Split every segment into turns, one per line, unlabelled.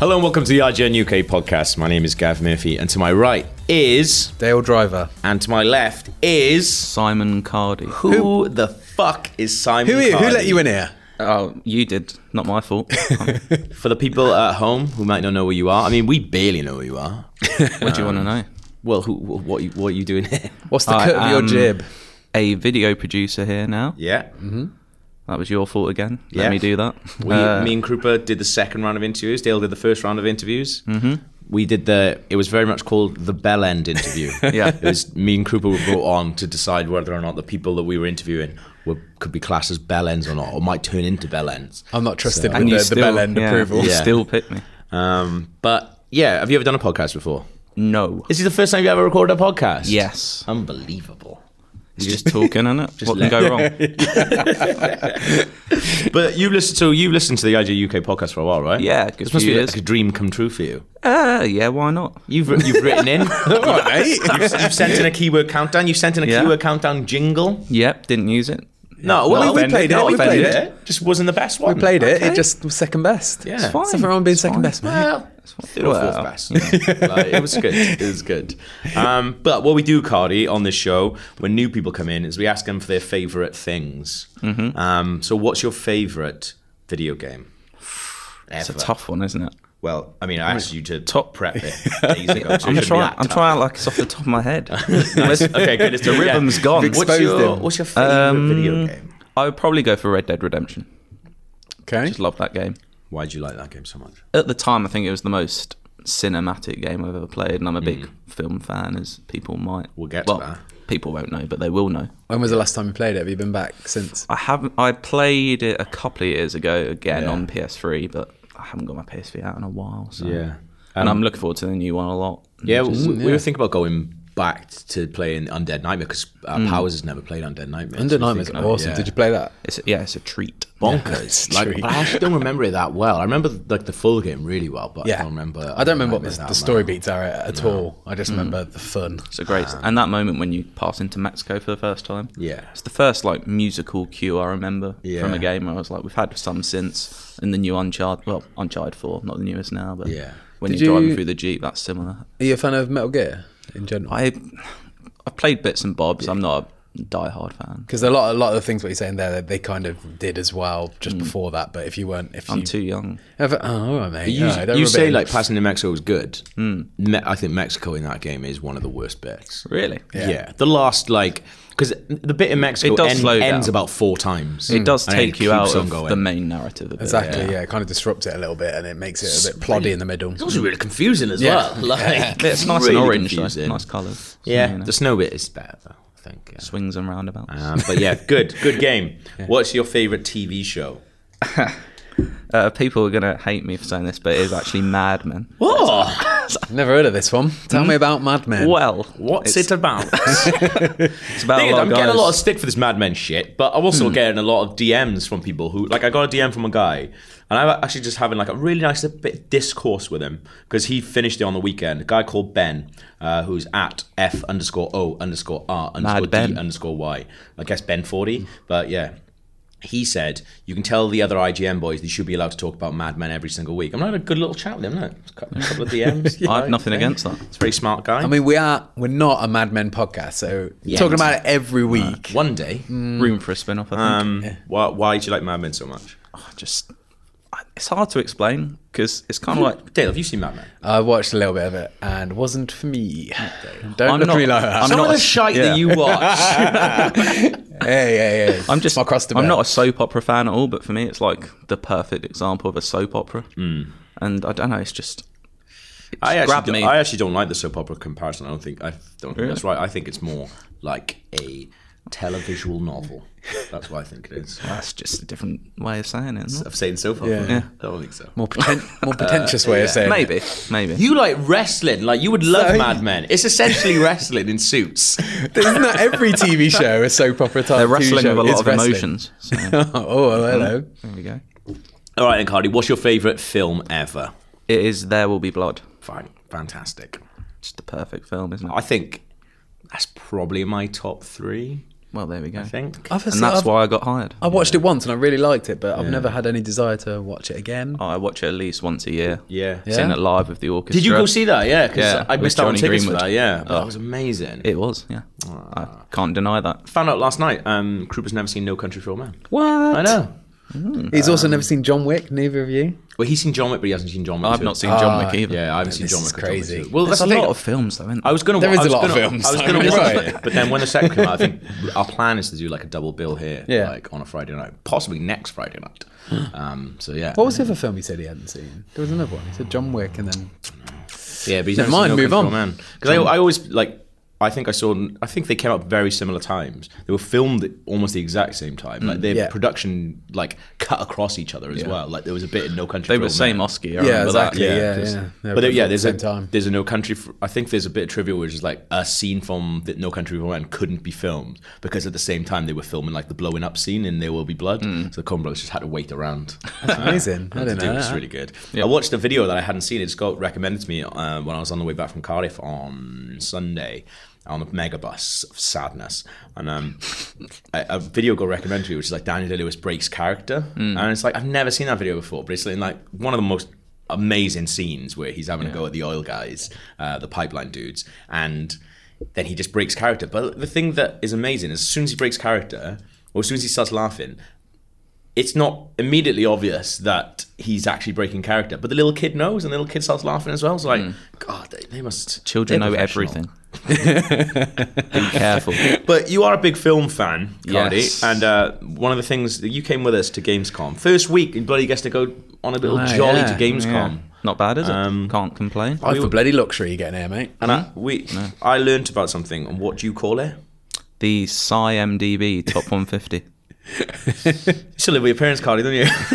Hello and welcome to the IGN UK podcast. My name is Gav Murphy, and to my right is,
Dale Driver.
and to my left is,
Simon Cardy.
who, the fuck is Simon?
Who are you? Who
Cardi?
let you in here?
Oh, you did. Not my fault.
For the people at home who might not know where you are, I mean, we barely know where you are.
what do you want to know?
Well, who, wh- what, you- what are you doing here?
What's the
I
cut of your
am
jib?
A video producer here now.
Yeah,
That was your fault again. Let
Yeah.
me do that.
we,
Uh,
me and Krupa did the second round of interviews. Dale did the first round of interviews. Mm-hmm. We did the. It was very much called the bell end interview.
Yeah.
it was me and Krupa were brought on to decide whether or not the people that we were interviewing were could be classed as bell ends or not, or might turn into bell ends.
I'm not trusted
and
with
you
the,
still,
the bell end
yeah,
approval.
You
Yeah.
still picked me.
Um, but yeah, have you ever done a podcast before?
No.
Is this the first time you ever recorded a podcast?
Yes.
Unbelievable.
It's just talking, isn't it? what
let-
can go wrong?
But you listen so you listened to the IG UK podcast for a while, right?
Yeah, a good
This must
few
be
years.
like a dream come true for you.
Uh, yeah, why not?
You've you've written in. you've, you've sent in a keyword countdown. You've sent in a
Yeah.
keyword countdown jingle.
Yep, didn't use it.
No,
we-
well,
we played it,
No,
we
offended.
played
Just wasn't the best one.
We played it. It just was second best.
Yeah.
It's
It's fine.
Something wrong with being
It's
second
fine.
best, mate.
Well, third or fourth
Well,
best. Like, it was good. It was good. Um, but what we do, Cardi, on this show, when new people come in, is we ask them for their favourite things.
Mm-hmm.
Um, so, what's your favourite video game?
It's a
Ever.
tough one, isn't it?
Well, I mean, I asked you to top
Top-
prep it. days ago, so it
I'm
shouldn't be
trying.
that
I'm
tough.
trying like it's off the top of my head.
Nice. Okay, good. It's
the
yeah.
rhythm's gone.
You've
What's
exposed
your,
him.
what's your favourite
Um,
video game?
I would probably go for Red Dead Redemption.
Okay.
Just love that game.
Why do you like that game so much?
at the time, I think it was the most cinematic game I've ever played, and I'm a big film fan, as people might.
Mm. We'll get to
well,
that.
People won't know, but they will know.
When was the last time you played it? Have you been back since?
I haven't. I played it a couple of years ago again
Yeah.
on PS3, but I haven't got my PS3 out in a while. So.
Um,
and I'm looking forward to the new one a lot.
Yeah,
Just-
we, we were thinking about going back to playing Undead Nightmare because uh, Powers has never played Undead Nightmare.
Under Hmm. Nightmare's awesome. Did you play that?
it's a, yeah, it's a treat.
Bonkers.
It's
like,
true.
but I actually don't remember it that well. I remember like the full game really well, but I
Yeah.
don't remember.
I don't remember what
Nightmare
the,
that
the story
well.
beats are at all. I just remember the fun.
It's a great, and that moment when you pass into Mexico for the first time.
Yeah.
it's the first like musical cue I remember
Yeah.
from a game where I was like, we've had some since in the new Uncharted, well, Uncharted Four, not the newest now, but
Yeah.
when
Did
you're driving
you-
through the jeep, that's similar.
Are you a fan of Metal Gear in general?
I, I've played bits and bobs. I'm not a diehard fan.
Because a lot, a lot of the things what you're saying there, they, they kind of did as well just before that. But if you weren't, if
I'm
you,
too young.
ever, oh, all right, mate.
You,
All right, don't
you
rub it
say
in. Hmm.
like passing to Mexico was good. Me- I think Mexico in that game is one of the worst bits.
Really,
Yeah, the last like because the bit in Mexico
It does
end-
slow down.
ends about four times.
it does
And then
take you
keeps
out
on
of the main narrative. A bit.
Exactly, yeah. It kind of disrupts it a little bit and it makes it a bit ploddy in the middle.
It's also really confusing as
Yeah.
well. Like,
It's nice
really
and orange, though.
confusing.
nice colours. So,
Yeah,
you know,
the snow bit is better though. I think. yeah.
swings and roundabouts.
Um, but yeah, good, good game. What's your favorite TV show?
Uh, people are gonna hate me for saying this, but it is actually Mad Men.
What?
Never heard of this one. Tell me about Mad Men.
Well,
What's
it's,
it about?
It's about
Thing
a
is, I'm
lot of
getting a
Oh, guys- Hmm.
lot of stick for this Mad Men shit, but I'm also getting a lot of DMs from people who, like, I got a DM from a guy, and I'm actually just having like a really nice bit of discourse with him because he finished it on the weekend. A guy called Ben, uh, who's at F underscore O underscore R underscore D
Ben.
underscore Y. I guess Ben forty, but yeah. He said, "You can tell the other IGN boys they should be allowed to talk about Mad Men every single week." I'm having a good little chat with him, isn't it? It's got A couple of DMs.
I
like,
have nothing
yeah.
against that.
It's a very smart guy.
I mean, we are we're not a Mad Men podcast, so talking about it every week.
one day.
Room for a spin off, I think.
Hmm. Um, why, why do you like Mad Men so much?
I just, I- it's hard to explain because it's kind of like.
Dale, have you seen Mad Men?
I watched a little bit of it and wasn't for me. Don't
I'm
look at
not-
me like that.
I'm
Some
not
of the
a-
shite
yeah.
that you watch.
hey, hey, hey.
I'm just.
my crust a
I'm
bit.
not a soap opera fan at all, but for me, it's like the perfect example of a soap opera.
Mm.
And I don't know. It's just. It's
I actually,
grabbed
don't,
me.
I actually don't like the soap opera comparison. I don't think I don't think that's right. I think it's more like a televisual novel. That's what I think it is.
That's just a different way of saying it. Isn't it?
I've saying soap opera.
Yeah.
I don't think so.
more, potent, more pretentious
Uh,
way of saying. it.
Maybe, maybe.
You like wrestling, like you would love
Sorry.
Mad Men. It's essentially wrestling in suits.
Isn't that every TV show is so proper? Type
They're
of TV
wrestling
show
with a
is
lot of Mm-hmm.
wrestling.
emotions. So, there
oh, oh, hello.
we go.
All right, then, Cardi, what's your favourite film ever?
It is. There will be blood.
Fine, fantastic.
Just the perfect film, isn't it?
I think that's probably my top three.
Well, there we go.
I think.
I've,
And that's
I've-
why I got hired.
I watched it once and I really liked it, but I've
Yeah.
never had any desire to watch it again.
Oh, I watch it at least once a year.
Yeah.
Yeah.
Seen it live with the orchestra.
Did you go see that? Yeah, because
Yeah,
I
with
missed out on
Johnny
tickets for
Greenwood.
that. Yeah, but
Oh.
that was amazing.
It was, yeah.
Ah.
I can't deny that.
Found out last night. Um, Krupa's never seen No Country for Old Men.
What?
I know.
He's also never seen John Wick. Neither of you.
Well, he's seen John Wick, but he hasn't seen John Wick.
I've
two.
not seen John Wick
Ah,
either.
Yeah, I haven't seen
This
John
is
Wick. or John Wick
crazy.
two. Well,
There's
that's
a
the thing.
lot of films, though, isn't
I was gonna.
There
I
is a
was
lot of
gonna,
films,
I was
I
gonna
mean,
watch
right.
it, but then when the set came out, I think our plan is to do like a double bill here,
Yeah.
like on a Friday night, possibly next Friday night. Um, so yeah,
What was the other film he said he hadn't seen? There was another one. He said John Wick, and then
yeah, but he's never seen
Never mind,
No Country
move
for
on.
Old Men. Because I, I always like. I think I saw. I think they came out very similar times. They were filmed at almost the exact same time. Like their
Mm, yeah.
production, like cut across each other as well. Like there was a bit in No Country.
They
for
were the
Old
same
Men.
Oscar. I remember
exactly.
That.
Yeah, yeah,
just-
yeah. They were
But there-
both
yeah,
at the
there's a
same time.
there's a no country. For, I think there's a bit of trivia which is like a scene from the No Country for Old Men couldn't be filmed because at the same time they were filming like the blowing up scene in There Will Be Blood.
Mm.
So the Coen Brothers just had to wait around.
That's amazing.
to
I don't
do
know.
it. It's
that.
really good. I watched a video that I hadn't seen. It just got recommended to me uh, when I was on the way back from Cardiff on Sunday on the megabus of sadness. And um, a, a video got recommended to me, which is like Daniel Day Lewis breaks character.
Hmm.
And it's like, I've never seen that video before, but it's in like one of the most amazing scenes where he's having a go at the oil guys, uh, the pipeline dudes. And then he just breaks character. But the thing that is amazing is as soon as he breaks character, or as soon as he starts laughing, it's not immediately obvious that he's actually breaking character, but the little kid knows, and the little kid starts laughing as well. It's like, God, they, they must.
Hmm. Children
they're
know
professional.
everything. Be careful.
But you are a big film fan, Cardi,
Yes.
and uh, one of the things that you came with us to Gamescom first week, and bloody gets to go on a little
Ah,
jolly
yeah,
to Gamescom.
Oh, Yeah. Not bad, is it?
Um,
Can't complain.
I have the bloody luxury of getting here, mate.
And I,
Mm-hmm.
we, I learned about something. And what do you call it?
The SciMDB top 150.
You still live with your parents, Cardi, don't you?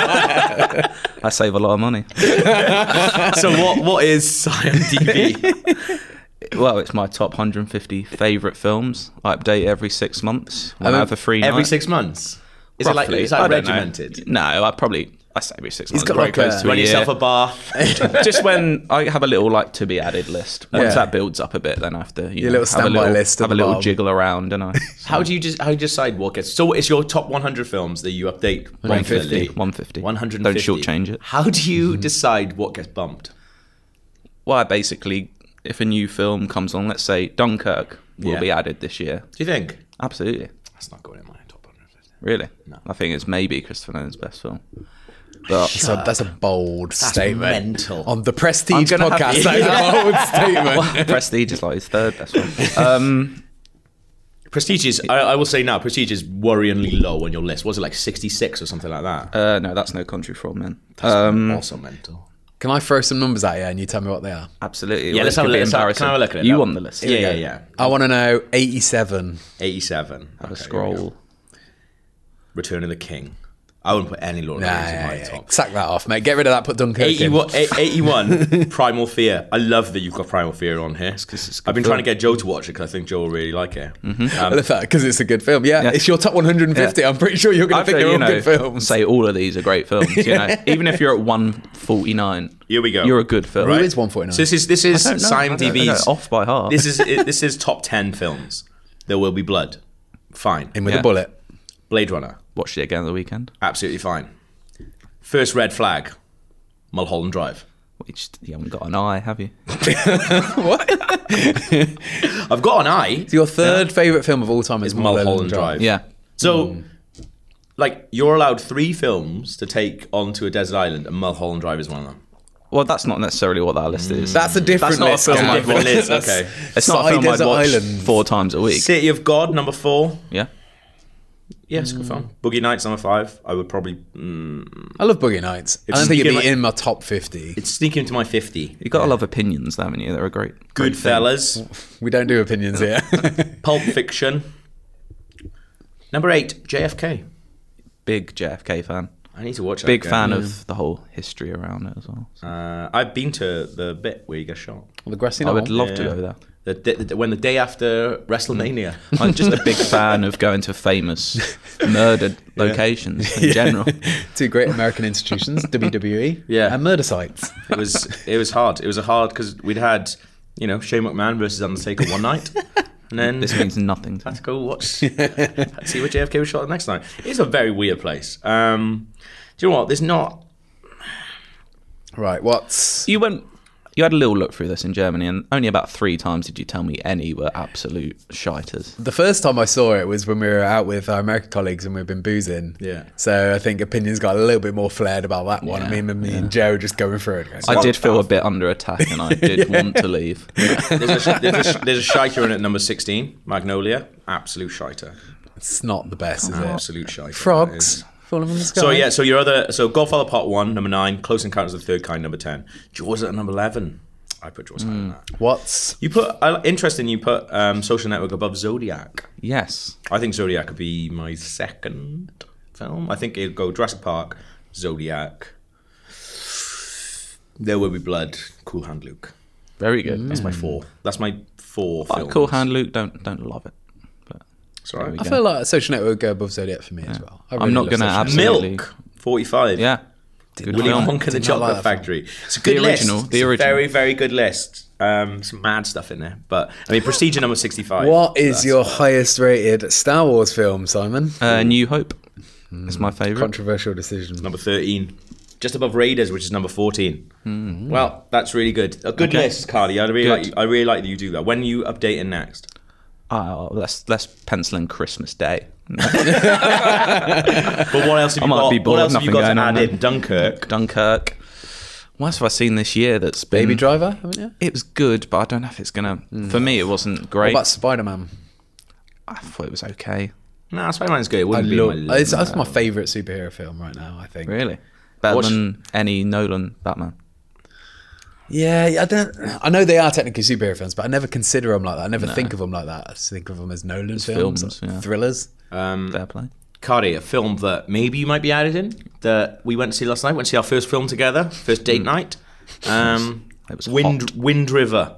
I save a lot of money.
so what? What is IMDb?
Well, it's my top 150 favourite films. I update it every six months. One
mean,
out of three
Every
night.
six months. Is it like
Roughly.
is that
I don't know.
regimented?
No, I probably I say every six months.
got
very
like
close
a-
to
Run
a
yourself
year.
a bar.
Just when I have a little like to be added list. Once
Yeah.
that builds up a bit, then I have to you
Your
know,
little
have a
standby
little,
list at
have a
the
little
bottom.
jiggle around, and I
How do you just how do you decide what gets? So it's your top 100 films that you update 150.
150. 150.
150.
Don't shortchange it. Mm-hmm.
How do you decide what gets bumped?
Well, I basically, if a new film comes on, let's say Dunkirk will
Yeah.
be added this year.
Do you think
Absolutely,
that's not going in my top 150?
really.
No.
I think it's maybe Christopher Nolan's best film. But
So that's a bold statement.
mental.
On the Prestige
I'm gonna have-
podcast, that's a bold statement.
Prestige is like his third best one. Um,
Prestige is, I, I will say now, Prestige is worryingly low on your list. Was it like 66 or something like that?
uh, no, that's No Country for Old Men.
That's
Um,
also mental.
Can I throw some numbers at you and you tell me what they are?
absolutely.
Yeah,
Well,
let's
it
have a
could
look.
be
let's have- Can I have a
embarrassing.
look at it?
You
now?
on the list?
Yeah, yeah, yeah.
I want to know 87.
87.
Have
Okay, here we
a
go.
scroll.
Return of the King. I wouldn't put any Lord of
Nah,
the Rings in my
yeah,
top.
sack that off, mate. Get rid of that. Put Dunkirk in.
81, eh, 81 Primal Fear. I love that you've got Primal Fear on here.
it's a good Mm-hmm.
I've been
film.
trying to get Joe to watch it because I think Joe will really like it.
I love that because it's a good film. Yeah,
Yeah.
it's your top 150. I'm pretty sure you're going
I
to think
feel,
they're
you
all
know,
good films.
say all of these are great films. You know, even if you're at 149,
Here we go.
you're a good film.
Right.
Who is 149?
So this is this is
I don't know, I don't- I don't
IMDb's
know, off by heart.
This is it- this is top ten films. There will be blood. Fine.
in with
Yeah.
a bullet.
Blade Runner.
Watched it again at the weekend.
Absolutely fine. First red flag. Mulholland Drive.
Which you haven't got an eye, have you?
I've got an eye.
So your third favorite film of all time is
Mulholland Drive.
Yeah.
So,
Hmm.
like, you're allowed three films to take onto a desert island, and Mulholland Drive is one of them.
Well, that's not necessarily what that list
Mm.
is.
That's a different
not a
list.
film
guys.
I'd
Different list.
That's-
Okay.
it's not a film I'd
Desert
watch
Island.
four times a week.
City of God, number four.
Yeah.
Yeah, it's a good film. Mm. Boogie Nights, number five. I would probably. mm,
I love Boogie Nights. I don't think it'd
sneaking
be
like-
in my top 50.
It's sneaking into my 50.
You've got to love opinions, haven't you? They're a great. great thing.
Goodfellas.
We don't do opinions here.
Pulp Fiction. Number eight, JFK.
Big JFK fan.
I need to watch that.
Big
again.
fan of the whole history around it as well. So
Uh, I've been to the bit where you get shot.
the grassy
I would
knoll.
love to
Yeah.
go there.
The, d- the, d- when the day after WrestleMania.
I'm just a big fan of going to famous murdered locations in general.
Two great American institutions, WWE
Yeah.
and murder sites.
It was it was hard. It was a hard because we'd had you know Shane McMahon versus Undertaker one night, and then
This means nothing to me.
let's go watch, see what JFK was shot at next time. It's a very weird place. Um, do you know what? There's not.
Right, what's
You went. You had a little look through this in Germany, and only about three times did you tell me any were absolute shiters.
the first time I saw it was when we were out with our American colleagues and we've been boozing.
Yeah.
So I think opinions got a little bit more flared about that one. I
Yeah,
mean, and me and Joe were just going through it. Going,
I did feel a bit under attack, and I did want to leave.
There's a, there's a, there's a shiter in at number 16, Magnolia. Absolute shiter.
It's not the best, is it?
Absolute shiter. That is.
Oh, Frogs falling from the sky.
So yeah, so your other so Godfather Part One, number nine, Close Encounters of the Third Kind, number ten, Jaws at number eleven. I put Jaws higher than that.
What's
You put uh, interesting. You put um, Social Network above Zodiac.
Yes,
I think Zodiac would be my second film. I think it'd go Jurassic Park, Zodiac. There will be blood. Cool Hand Luke.
very good.
That's my four. That's my four.
But
Mm. films.
Cool Hand Luke, don't don't love it. But
Sorry.
we
I feel like Social Network would go above Zodiac for me as well. I
I'm not
love
gonna
Social
abs-
Network.
Milk.
Absolutely.
Forty-five.
yeah, good
Willy
film.
Wonka and the
Did not like
Chocolate
that film.
Factory. It's a good
The original,
list.
the
It's a
original.
very, very good list. Um, some mad stuff in there. But, I mean, Procedure number 65.
What is your highest rated Star Wars film, Simon?
Uh, New Hope is my favorite.
Controversial decision.
Number 13. Just above Raiders, which is number 14. Well, that's really good. A good
Hmm. Okay.
list, Carly. I really, like,
Good.
I really like that you do that. When are you updating next?
Oh, let's let's pencil in Christmas Day.
But what else have you
might
got,
be bored,
what else have you
nothing
got to
going on
add
then.
in? Dunkirk.
Dunkirk. What else have I seen this year that's been?
Baby Driver, haven't you?
It was good, but I don't know if it's gonna. For me, it wasn't
What
great.
about Spider Man?
I thought it was okay.
Nah, Spider-Man's good. It
I
wouldn't be
love.
in my
It's,
list.
that's my favorite superhero film right now. I think.
Really, better
watched-
than any Nolan Batman.
Yeah, I don't. I know they are technically superhero films, but I never consider them like that. I never think of them like that. I just think of them as Nolan films,
films, yeah.
thrillers.
Fair play.
Cardi, a film that maybe you might be added in that we went to see last night. Went to see our first film together, first date night. Um,
Mm. It was
Wind Wind River.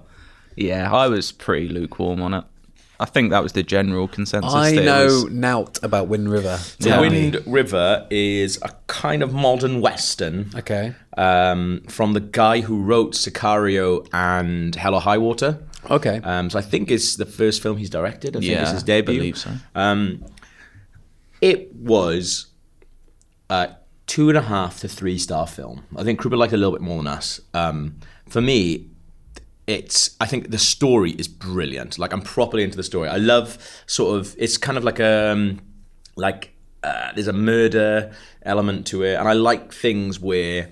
Yeah, I was pretty lukewarm on it. I think that was the general consensus.
I
that it
know
was-
Nout about Wind River.
The
Yeah.
Wind River is a kind of modern western
Okay.
um, from the guy who wrote Sicario and Hell or High Water.
Okay.
Uh,
Um, so I think it's the first film he's directed. I think
Oh. yeah,
it's his debut.
I believe so.
Um, it was a two and a half to three star film. I think Kruber liked it a little bit more than us. Um, for me, it's I think the story is brilliant. Like I'm properly into the story. I love sort of it's kind of like a um, like uh, there's a murder element to it, and I like things where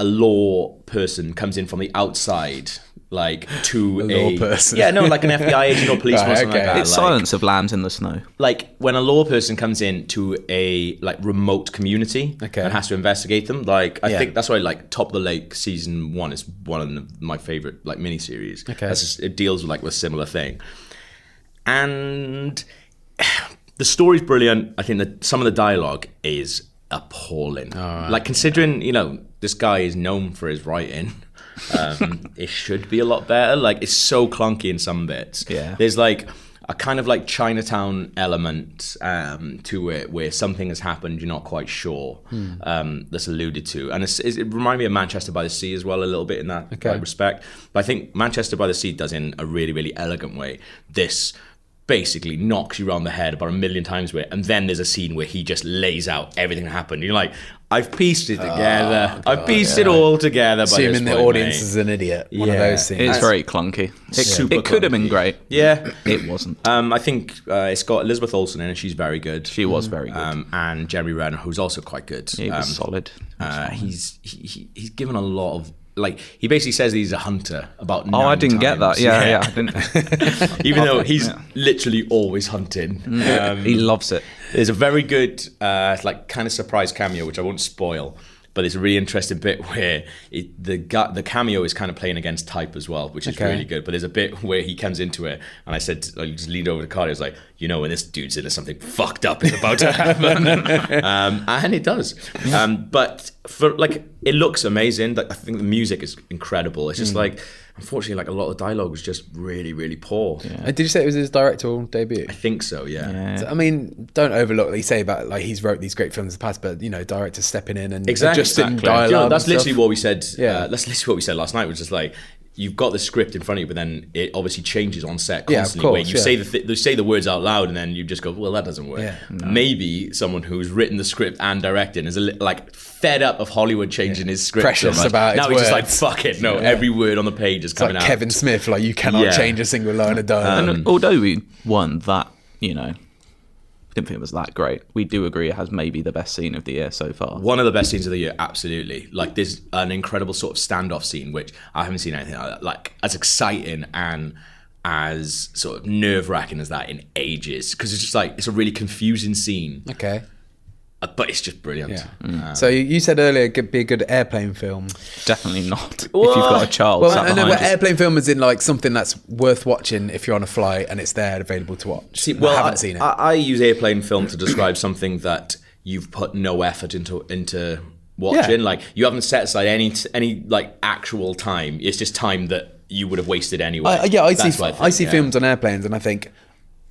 a law person comes in from the outside, like to a,
law person.
Yeah, no, like an FBI agent or policeman or
Right,
something
okay.
like that.
It's
like-
Silence of Lambs in the Snow.
like when a law person comes in to a like remote community
Okay.
and has to investigate them like i
Yeah.
think that's why like top of the lake season one is one of my favorite like miniseries
Okay.
That's just- it deals with like with a similar thing and the story's brilliant i think that some of the dialogue is appalling like considering you know this guy is known for his writing um, it should be a lot better like it's so clunky in some bits
Yeah.
there's like a kind of like Chinatown element um, to it where something has happened you're not quite sure um, that's alluded to. And it's, it's, it reminded me of Manchester by the Sea as well a little bit in that
Okay.
like, respect. But I think Manchester by the Sea does it in a really, really elegant way. This basically knocks you around the head about a million times with it. And then there's a scene where he just lays out everything that happened. You're like, I've pieced it together. I've pieced it all together. by this
Assuming the
point,
audience
mate.
is an idiot. One of
Yeah.
those things.
It's very clunky. It,
super
it could have been
clunky.
great.
Yeah.
It wasn't.
Um, I think uh, it's got Elizabeth Olsen in it. She's very good.
She was very good.
Um, and Jeremy Renner, who's also quite good.
it was
Um,
solid.
uh, he's he, he, he's given a lot of like he basically says that he's a hunter about.
Oh, I
nine
didn't get that.
times.
Yeah, yeah. I didn't.
Even though he's
Yeah. Mm.
literally always hunting. Um,
he loves it.
there's a very good uh, like kind of surprise cameo which I won't spoil. But it's a really interesting bit where it, the gu the cameo is kind of playing against type as well, which is
Okay.
really good. But there's a bit where he comes into it, and I said, I just leaned over to Cardi. I was like, you know, when this dude's in, it, something fucked up is about to happen, um, and it does. Um, but for like, it looks amazing. Like, I think the music is incredible. It's just like, unfortunately, like a lot of the dialogue was just really, really poor.
Uh, Did you say it was his directorial debut?
I think so. Yeah.
So, I mean, don't overlook what you say about like he's wrote these great films in the past, but you know, directors stepping in and
Exactly.
adjusting
Exactly.
dialogue.
Yeah, that's
and stuff.
literally what we said. Yeah,
Yeah.
that's literally what we said last night. Was just like you've got the script in front of you, but then it obviously changes on set
Yeah, of
constantly. where
course,
you
yeah.
say the th- they say the words out loud, and then you just go, "Well, that doesn't work."
Yeah.
Maybe someone who's written the script and directed is a li- like fed up of Hollywood changing his script.
Precious
so much.
about
now
its
he's just like,
words.
"Fuck it, no." Every word on the page is
It's
coming
like
out.
Kevin Smith, like you cannot
Yeah.
change a single line of dialogue.
And although we won that, you know, I didn't think it was that great. We do agree it has maybe the best scene of the year so far.
One of the best scenes of the year, absolutely. Like there's an incredible sort of standoff scene, which I haven't seen anything like that. Like as exciting and as sort of nerve wracking as that in ages, because it's just like it's a really confusing scene,
okay.
uh, but it's just brilliant.
Yeah.
Mm.
So you- you said earlier it could be a good airplane film.
Definitely not if you've got a child.
Well,
sat
I I know,
behind
but
us.
airplane film is in like something that's worth watching if you're on a flight and it's there available to watch.
See,
And
well,
I haven't seen it.
I, I use airplane film to describe something that you've put no effort into into watching. Like you haven't set aside any any like actual time. It's just time that you would have wasted anyway.
I, yeah, I see.
That's
f-
what
I,
think,
see
yeah.
films on airplanes, and I think,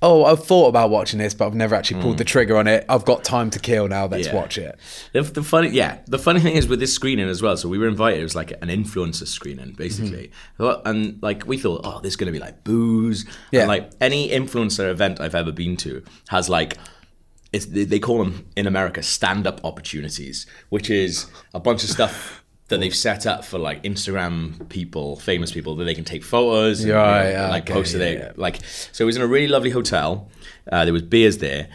oh, I've thought about watching this, but I've never actually pulled the trigger on it. I've got time to kill now. Let's
Mm. Yeah.
watch it.
The, the funny, yeah, the funny thing is with this screening as well. So we were invited; it was like an influencer screening, basically.
Mm-hmm.
Well, And like we thought, oh, there's going to be like booze.
Yeah.
And like any influencer event I've ever been to has like, it's, they they call them in America stand-up opportunities, which is a bunch of stuff. That they've set up for like Instagram people, famous people, that they can take photos, and, you know,
Right, yeah,
like
okay,
post
yeah,
it.
yeah.
Like, so it was in a really lovely hotel. Uh, there was beers there,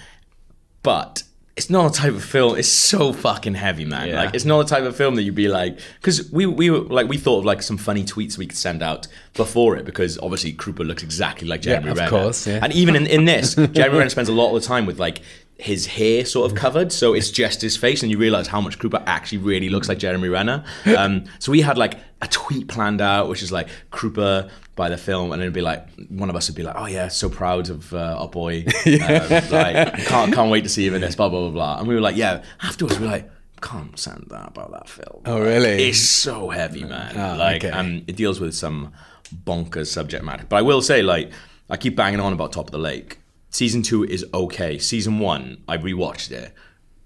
but it's not a type of film. It's so fucking heavy, man.
Yeah.
Like it's not a type of film that you'd be like, because we we were, like we thought of like some funny tweets we could send out before it, because obviously Krupa looks exactly like Jeremy
of
Renner.
course, yeah.
And even in, in this, Jeremy Renner spends a lot of the time with like his hair sort of covered, so it's just his face, and you realize how much Krupa actually really looks like Jeremy Renner. Um, so we had like a tweet planned out, which is like Krupa by the film, and it'd be like one of us would be like, "Oh yeah, so proud of uh, our boy, um, like can't can't wait to see him in this," blah blah blah blah. And we were like, "Yeah." Afterwards, we were like. Can't sound that about that film.
Oh, really? Ah,
It's so heavy, man. like,
okay.
um, it deals with some bonkers subject matter. But I will say, like, I keep banging on about Top of the Lake. Season two is okay. Season one, I rewatched it.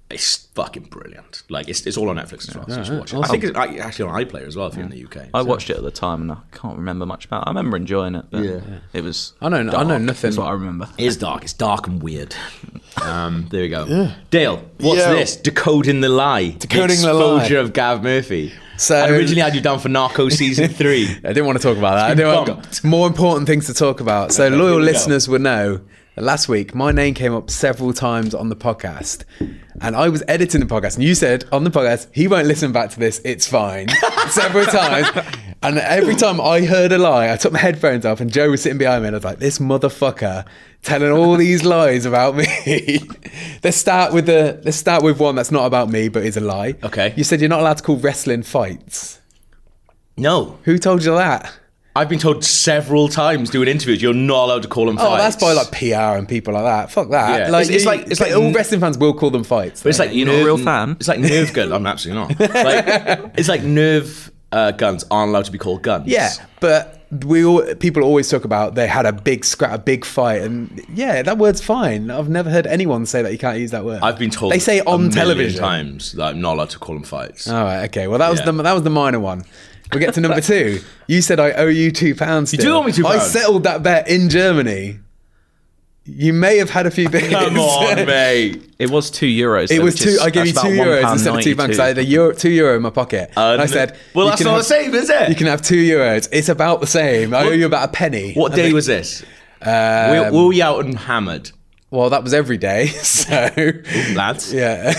It's fucking brilliant. Like, it's, it's all on Netflix as well. so you should watch it. I think it's I- actually on iPlayer as well if you're in the UK.
I
so.
watched it at the time and I can't remember much about. it. I remember enjoying it, but it was.
I know- I know
dark,
nothing.
Is what I remember.
It is dark. It's dark and weird. Um, there we go. Dale, what's
Yo.
this? Decoding the lie.
Decoding
the
the lie.
Exposure of Gav Murphy.
So-
I originally had you down for Narco season three.
I didn't want to talk about that. I knew I've
bumped.
got more important things to talk about. So,
here
loyal
we go.
listeners will know that last week my name came up several times on the podcast, and I was editing the podcast, and you said on the podcast he won't listen back to this. It's fine. several times, and every time I heard a lie, I took my headphones off, and Joe was sitting behind me, and I was like, "This motherfucker." Telling all these lies about me. let's start with the let's start with one that's not about me but is a lie.
Okay.
You said you're not allowed to call wrestling fights.
No,
Who told you that?
I've been told several times doing interviews, you're not allowed to call them
Oh,
fights.
that's by like PR and people like that. Fuck that.
Yeah.
Like,
It's- it's
you-
like- it's
but
like-
all wrestling fans will call them fights.
But it's like
You're not a
nerve-
real fan?
It's like nerve gun. I'm absolutely not. Like, it's like nerve uh, guns aren't allowed to be called guns.
yeah, but we all people always talk about they had a big scrap, a big fight, and yeah, that word's fine. I've never heard anyone say that you can't use that word.
I've been told
they say
a
on
million
television. Oh.
times that I'm not allowed to call them fights.
All right, okay. Well, that was
Yeah.
the that was the minor one. We get to number two. You said I owe you two pounds. You
do owe me two
I
pounds.
settled that bet in Germany. You may have had a few beers.
Come on, mate.
It was two euros.
It
though,
was
which
two.
is-
I gave you
that's
two
about
euros
£1.92.
instead of two bucks. I had a euro, two euro in my pocket. and I said,
Uh, well,
you
that's
can
not
have-
the same, is it?
You can have two euros. It's about the same. I owe you about a penny.
what
I
day
think- um,
was this? were, were we out and hammered,
Well, that was every day. So
lads?
yeah,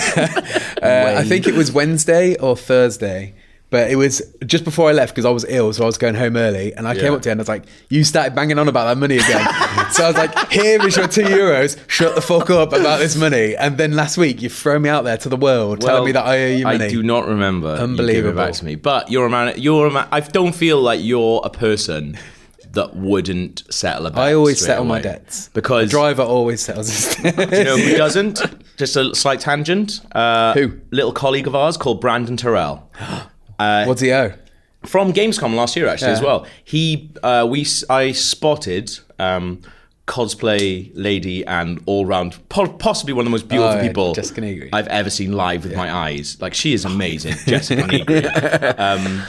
Uh, I think it was Wednesday or Thursday. But it was just before I left because I was ill, so I was going home early. And I
Yeah.
came up to you and I was like, "You started banging on about that money again." so I was like, "Here is your two euros. Shut the fuck up about this money." And then last week you throw me out there to the world, telling
Well,
me that I owe you money.
I do not remember. You giving it
Unbelievable.
back to me, but you're a man. You're a man. I don't feel like you're a person that wouldn't settle a bet.
I always
straight
settle my
away.
depts.
because
Driver always settles his debts.
you know who doesn't? Just a slight tangent. Uh,
Who?
Little colleague of ours called Brandon Terrell
What's he owe?
from Gamescom last year, actually, as
Yeah.
well. He, uh, we, s- I spotted um, cosplay lady and all round, po- possibly one of the most beautiful
Oh, yeah,
people
Jessica Negri.
I've ever seen live with my eyes. Like she is amazing, Jessica Negri. Um,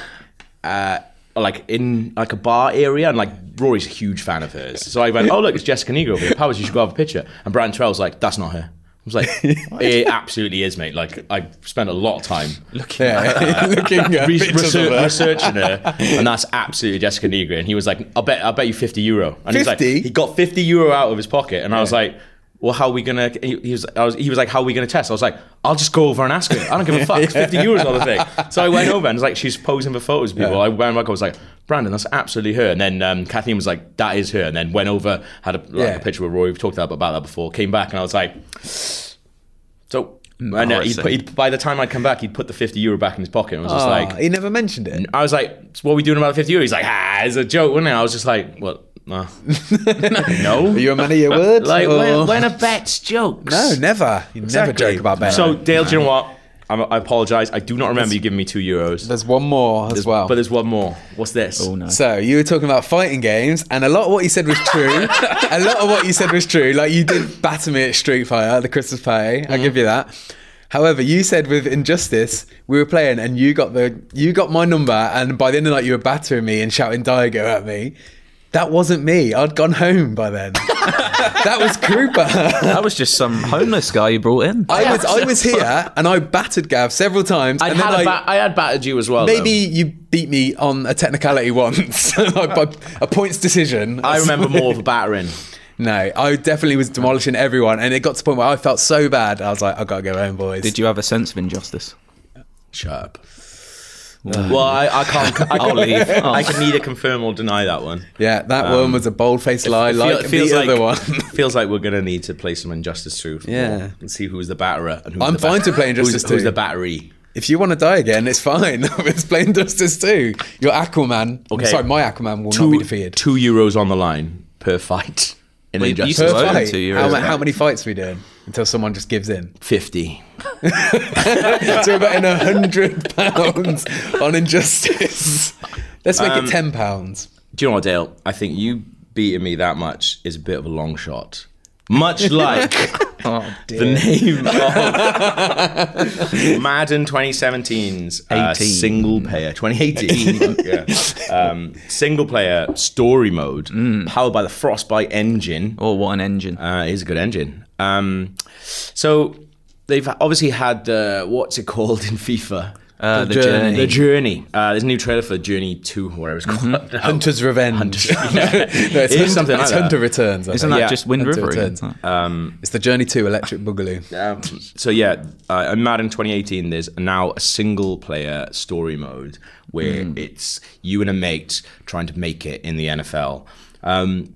uh, like in like a bar area, and like Rory's a huge fan of hers. So I went, "Oh look, it's Jessica Negro. over here. Powers, you should go have a picture." And Brian Terrell's like, "That's not her." I was like, "It absolutely is, mate. Like I spent a lot of time looking,
Yeah, looking at
re-
pictures
research-
of her.
researching her, and that's absolutely Jessica Negro." And he was like, "I bet, I bet you fifty euro." And he's like,
50?
he got fifty euro out of his pocket, and I was like. Well, how are we gonna? He he was, I was, he was like, "How are we gonna test?" I was like, "I'll just go over and ask her. I don't give a fuck. It's Fifty euros on the thing." So I went over and it's like, she's posing for photos. People, I went back. I was like, "Brandon, that's absolutely her." And then um, Kathleen was like, "That is her." And then went over, had a, like,
Yeah.
a picture with Roy. We've talked about that before. Came back and I was like, "So," and uh, he'd
Embarrassing.
put, he'd, by the time I'd come back, he'd put the fifty euro back in his pocket. And I was just
Ah,
like,
he never mentioned it.
I was like, so what are we doing about the 50 euro? He's like, ah, it's a joke, wasn't it? I was just like, what? Nah.
Are
no.
you a man of your word?
Like,
or-
when, when are bets jokes?
no, never. You never
Exactly.
joke about that.
So, Dale, do you know what? I'm, I apologize. I do not remember you giving me two euros.
there's one more as well.
But there's one more. What's this?
Oh no.
So you were talking about fighting games, and a lot of what you said was true. a lot of what you said was true. Like you did batter me at Street Fighter, at the Christmas party.
Mm.
I'll give you that. However, you said with Injustice we were playing, and you got the you got my number, and by the end of the night you were battering me and shouting Diego at me. That wasn't me. I'd gone home by then. that was Krupa.
That was just some homeless guy you brought in.
I was I was here, and I battered Gav several times.
I'd
and then
had a
I-
ba- I had battered you as well. though.
Maybe you beat me on a technicality once, like by a points decision.
I remember more of a battering.
Oh,
No, I definitely was demolishing everyone, and it got to the point where I felt so bad. I was like, I gotta go home, boys.
Did you have a sense of injustice?
Sharp. Well, I, I can't. I,
I'll
can
leave. Oh.
I can neither confirm or deny that one.
Yeah, that one was a bold-faced lie,
Um, It
like
feel- it feels
the
like,
other one.
feels like we're gonna need to play some injustice through.
Yeah.
and see who's the batterer and who's
I'm
the bat-
fine to play Injustice
who's, who's
too.
the battery.
if you want to die again, it's fine. it's plain justice too. Your Aquaman. Okay.
Okay.
Sorry, my Aquaman will not be
Two,
defeated.
two euros on the line per fight in
Wait, you
injustice.
Per
said- Well,
fight.
two years
how, ma-
ago.
how many fights are we doing until someone just gives in?
Fifty.
so we're betting a hundred pounds on injustice. Let's make
Um,
it ten pounds.
Do you know what, Dale? I think you beating me that much is a bit of a long shot. Much like
Oh,
the name of Madden 2017's uh,
18.
single player 2018 yeah. um, single player story mode powered by the Frostbite engine.
Mm. oh what an engine.
Uh, he's a good engine. Um, so they've obviously had uh, what's it called in FIFA?
Uh, The The Journey. Journey.
The journey. Uh, there's a new trailer for Journey Two, whatever it's
Mm-hmm.
called.
Hunter's
Oh,
Revenge.
Yeah.
No, it's
It is
Hunter,
something like
it's
that.
Hunter Returns. I
Isn't
think.
that
yeah,
just Wind
Hunter
River?
Returns. It's the Journey to Electric Boogaloo.
Um, so yeah, uh, in Madden 2018, there's now a single player story mode where it's you and a mate trying to make it in the NFL. Um,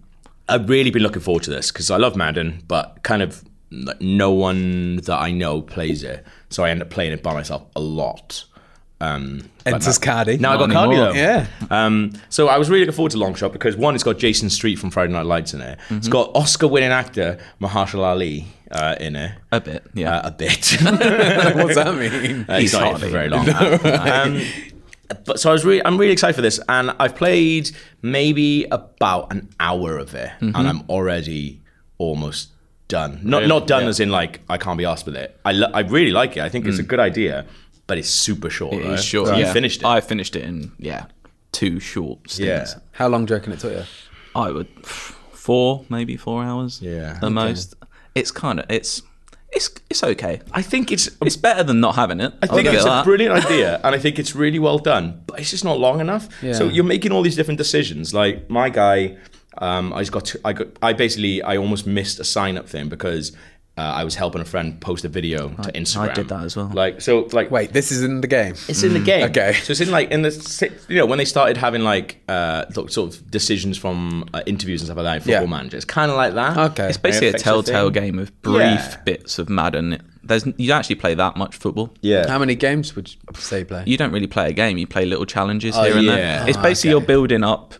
I've really been looking forward to this because I love Madden, but kind of like, no one that I know plays it, so I end up playing it by myself a lot. Um, but
Enters
now-
Cardi.
Now I got
Not
Cardi
anymore.
though.
Yeah.
Um, so I was really looking forward to Long Shot because one, it's got Jason Street from Friday Night Lights in it. It's got Oscar-winning actor Mahershala Ali uh, in it
A bit, yeah.
uh, a bit.
What's that mean?
Uh, he's,
He's
not in it for
hardly.
very long. um, but so I was really, I'm really excited for this, and I've played maybe about an hour of it,
Mm-hmm.
and I'm already almost done. Not not done as in like I can't be asked with it. I lo- I really like it. I think it's a good idea, but it's super short.
Mm. It
right?
is short.
So
yeah.
You finished it.
I finished it in yeah, two short stints.
yeah.
How long do you reckon it took you?
I would four, maybe four hours.
Yeah.
the
Okay.
most. It's kind of it's it's it's okay.
I think it's.
It's better than not having it.
I think it's a brilliant idea, and I think it's really well done, but it's just not long enough. So
Yeah.
you're making all these different decisions. Like my guy, um, I just got, to, I got, I basically, I almost missed a sign up thing because uh, I was helping a friend post a video to Instagram.
did that as well.
Like so, like
Wait, this is in the game.
it's in the game.
Okay.
So it's in like in the si- you know when they started having like uh th- sort of decisions from uh, interviews and stuff like that. In Football
Yeah.
Manager. It's kind of like that.
Okay.
It's basically a
Effects of
telltale
thing.
game of brief
Yeah.
bits of Madden. There's you don't actually play that much football.
Yeah.
How many games would you say you play?
You don't really play a game. You play little challenges here and
yeah.
there. It's
Ah, okay.
basically you're building up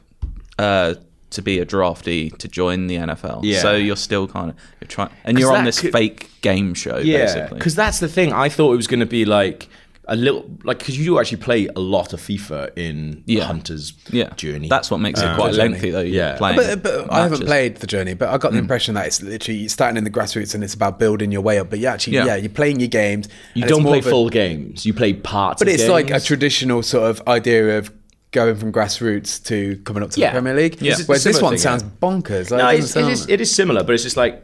uh, to be a draftee to join the NFL.
Yeah.
So you're still kind of you're trying, and you're on
that
this
could-
fake game show.
Yeah,
basically.
because that's the thing. I thought it was going to be like a little, like because you do actually play a lot of FIFA in
Yeah.
Hunter's
yeah.
journey.
That's what makes it
Uh,
quite
Ah, journey.
lengthy though.
Yeah.
Yeah, playing
But, but I haven't
matches.
played the journey, but I got
Hmm.
the impression that it's literally starting in the grassroots and it's about building your way up. But you actually, yeah,
Yeah.
you're playing your games.
you don't play full games. You play parts.
But
of
it's like a
games.
traditional sort of idea of going from grassroots to coming up to
Yeah.
the Premier League.
Yeah. It's a
Whereas this
similar
one
thing,
sounds
yeah.
bonkers. Like,
No,
it
it's,
doesn't
it, is,
sound-
it is similar, but it's just like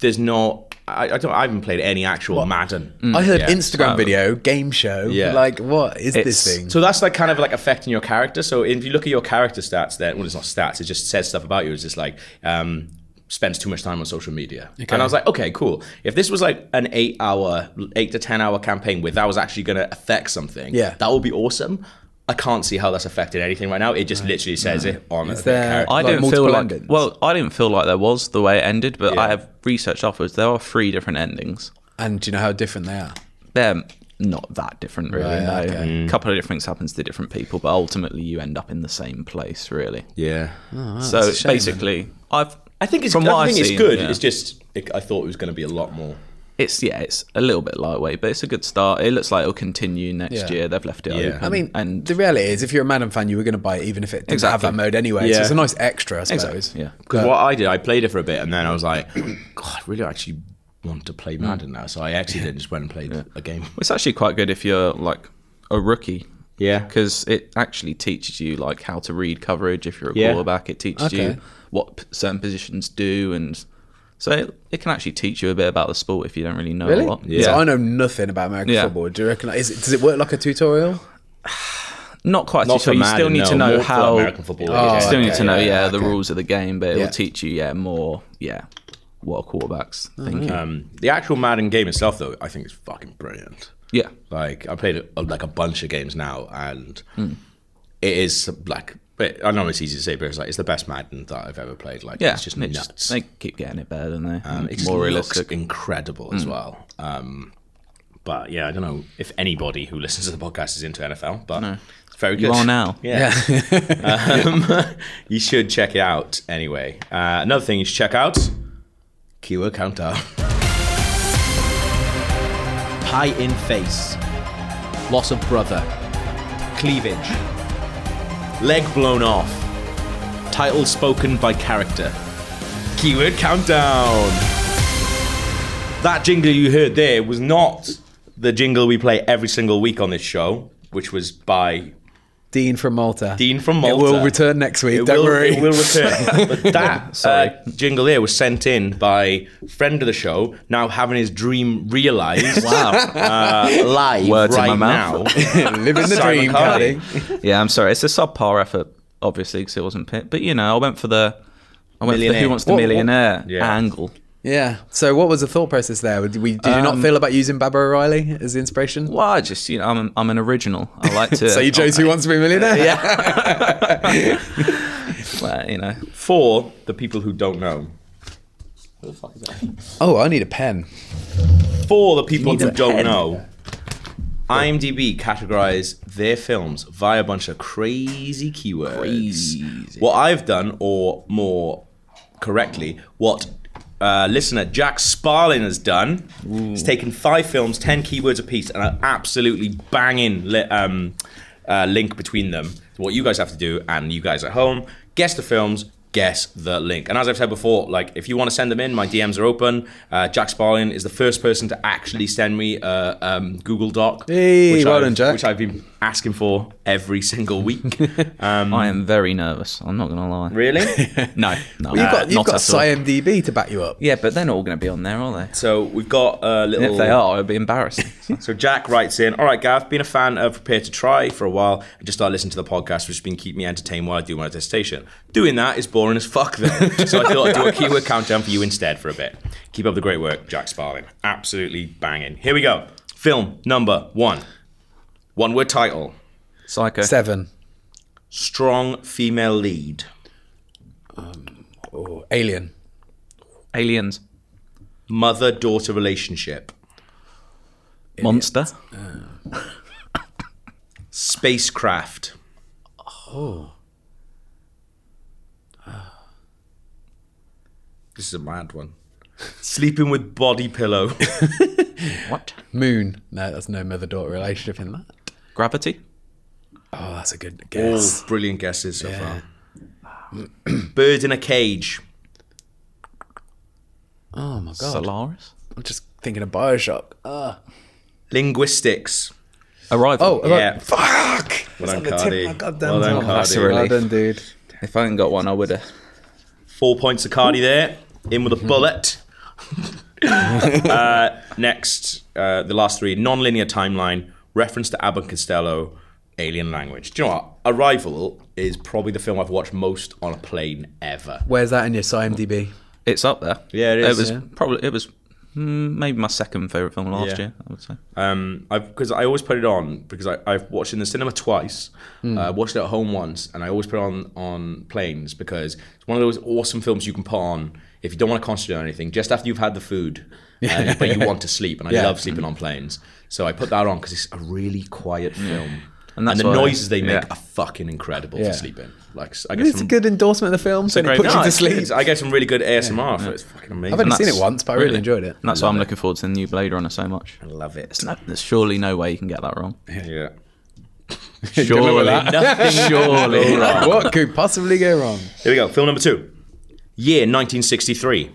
there's no. I, I don't. I haven't played any actual Madden.
I heard
Yeah.
Instagram
Um,
video, game show.
Yeah.
Like, what is this
It's-
thing?
So that's like kind of like affecting your character. So if you look at your character stats, then well, it's not stats. It just says stuff about you. It's just like um, spends too much time on social media. And I was like, okay, cool. If this was like an eight-hour, eight to ten-hour campaign where that was actually going to affect something,
Yeah.
that would be awesome. I can't see how that's affecting anything right now. It just literally says it on the
there-
character.
I
Like
didn't feel
multiple
like
endings?
well, I didn't feel like there was the way it ended, but
Yeah.
I have researched afterwards. There are three different endings.
And do you know how different they are?
They're not that different, really.
Right,
no,
okay.
a couple of different things happens to different people, but ultimately you end up in the same place, really.
Yeah.
Oh.
so
that's a shame,
basically, I've
I think it's.
From
I
what I've
think it's
seen,
good.
yeah.
It's just it, I thought it was going to be a lot more.
it's yeah, it's a little bit lightweight, but it's a good start. It looks like it'll continue next
Yeah.
year. They've left it
Yeah.
open.
I mean,
and
the reality is, if you're a Madden fan, you were going to buy it, even if it didn't have
Exactly.
that mode anyway. So
Yeah.
it's a nice extra, I suppose.
Exactly, yeah.
Because what I did, I played it for a bit, and then I was like, God, I really actually want to play
Hmm.
Madden now. So I actually did just went and played a game.
It's actually quite good if you're like a rookie.
Yeah.
Because it actually teaches you like how to read coverage if you're a
Yeah.
quarterback. It teaches
Okay.
you what p- certain positions do, and so it, it can actually teach you a bit about the sport if you don't really know
Really?
a lot.
Yeah.
So I know nothing about American
Yeah.
football. Do you reckon? Is it, does it work like a tutorial?
Not quite.
Not
so
for
you
Madden,
still need to
no,
know
more for
how
American football,
you
yeah.
still
Oh,
need
okay,
to know
yeah,
yeah, the
okay.
rules of the game, but it
Yeah.
will teach you yeah more yeah what a quarterback's
Mm-hmm.
thinking.
Um, the actual Madden game itself, though, I think is fucking brilliant.
yeah.
Like I played uh, like a bunch of games now, and
Hmm.
it is like. But I know it's easy to say, but it's like it's the best Madden that I've ever played. Like
Yeah,
it's just
and it
nuts.
they keep getting it better, don't they?
Um,
And
it just
more
looks
realistic. Hmm.
incredible as well. Um, but yeah, I don't know if anybody who listens to the podcast is into NFL, but it's very good.
You are now.
Yeah. um, you should check it out anyway. Uh, another thing you should check out Keyword Countdown.
Pie in face. Loss of brother. Cleavage.
Leg blown off. Title spoken by character. Keyword Countdown. That jingle you heard there was not the jingle we play every single week on this show, which was by
Dean from Malta.
Dean from
It
Malta.
will return next week.
It
don't
will,
worry.
It will return. But that
sorry.
uh, jingle here was sent in by friend of the show, now having his dream realised. wow. Uh, live
Words in
right
my mouth.
now.
Living the
Simon
dream,
Carney.
Cardi.
Yeah, I'm sorry. It's a subpar effort, obviously, because it wasn't picked. But you know, I went for the I went for the
Millionaire.
Who Wants to
What- what-
Millionaire
Yeah.
angle.
Yeah. So, what was the thought process there? Did, we, did you not feel about using Baba O'Reilly as the inspiration?
Well, I just you know, I'm I'm an original. I like to.
So, you chose who wants to be a millionaire? Yeah.
Well, you know,
For the people who don't know. Who the fuck is that?
Oh, I need a pen.
For the people who
a
don't
pen.
know, IMDb categorize their films via a bunch of crazy keywords. What I've done, or more correctly, what uh, listener Jack Sparlin has done, he's taken five films, ten keywords apiece, and an absolutely banging li- um, uh, link between them. What you guys have to do, and you guys at home, guess the films. Guess the link. And as I've said before, like if you want to send them in, my DMs are open. Uh, Jack Sparlin is the first person to actually send me a um, Google Doc,
Hey, well
I've,
done, Jack.
which I've been asking for every single week. Um,
I am very nervous. I'm not gonna lie.
really?
No, no,
You've got, you've
not
got
at all.
IMDb to back you up.
Yeah, but they're not all gonna be on there, are they?
So we've got a little.
And if they are, it'd be embarrassing.
So Jack writes in, all right, Gav, been a fan of Prepare to Try for a while and just started listening to the podcast, which has been keeping me entertained while I do my dissertation. Doing that is boring as fuck, though. so I thought I'd do a keyword countdown for you instead for a bit. Keep up the great work, Jack Sparling. Absolutely banging. Here we go. Film number one. One word title.
Psycho.
Seven.
Strong female lead.
Oh, alien.
Aliens.
Mother daughter relationship.
Monster.
Spacecraft. Oh. This is a mad one. Sleeping with body pillow.
What?
Moon. No, that's no mother daughter relationship in that.
Gravity.
Oh, that's a good
All
guess.
brilliant guesses so far. Bird in a cage.
Oh, my God.
Solaris.
I'm just thinking of Bioshock. Ah.
Linguistics.
Arrival. Oh,
Oh,
Yeah.
right. fuck!
Well done,
It's on the tip of
Cardi.
my goddamn
Well done,
tongue.
That's
Cardi.
a relief.
Well done, dude.
if I hadn't got one, I would have.
Four points to Cardi there. In with a bullet. uh, next, uh, the last three non-linear timeline reference to Abbott Costello, alien language. Do you know what? Arrival is probably the film I've watched most on a plane ever.
Where's that in your IMDb?
It's up there.
Yeah, it is,
It was
yeah.
probably it was mm, maybe my second favorite film last
Yeah.
year. I would say.
Um, I've because I always put it on because I, I've watched it in the cinema twice.
Hmm.
Uh, I watched it at home once, and I always put it on on planes because it's one of those awesome films you can put on if you don't want to concentrate on anything just after you've had the food, uh, but you want to sleep. And I
Yeah.
love sleeping on planes, so I put that on because it's a really quiet
Hmm.
film, and,
And that's
the
why-
noises they make
yeah.
are fucking incredible
Yeah.
to sleep in. Like I guess
It's a good endorsement of the film, so it
great-
puts you
No,
to
it's
sleep.
good. I get some really good ASMR for it. It's fucking amazing.
I've only
And
seen it
that's-
once, but I really, enjoyed it.
And that's why I'm looking forward to the new Blade Runner so much.
I love it.
It's not- there's surely no way you can get that wrong.
Yeah.
Surely, nothing. Surely.
what could possibly go wrong?
Here we go. Film number two. Year 1963.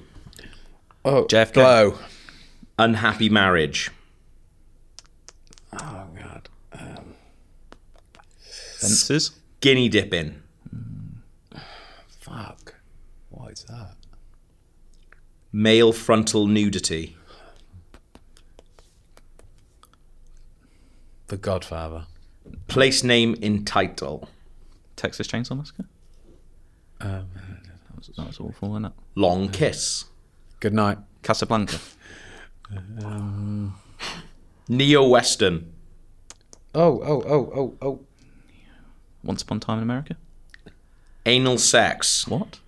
Oh,
JFK.
Glow.
Unhappy marriage.
Oh god.
Fences.
Guinea dipping.
Fuck. What is that?
Male frontal nudity.
The Godfather.
Place name in title.
Texas Chainsaw Massacre.
Um,
that, was, that was awful, wasn't it?
Long kiss.
Good night.
Casablanca.
Neo Western.
Oh, oh, oh, oh, oh.
Once Upon a Time in America.
Anal sex.
What?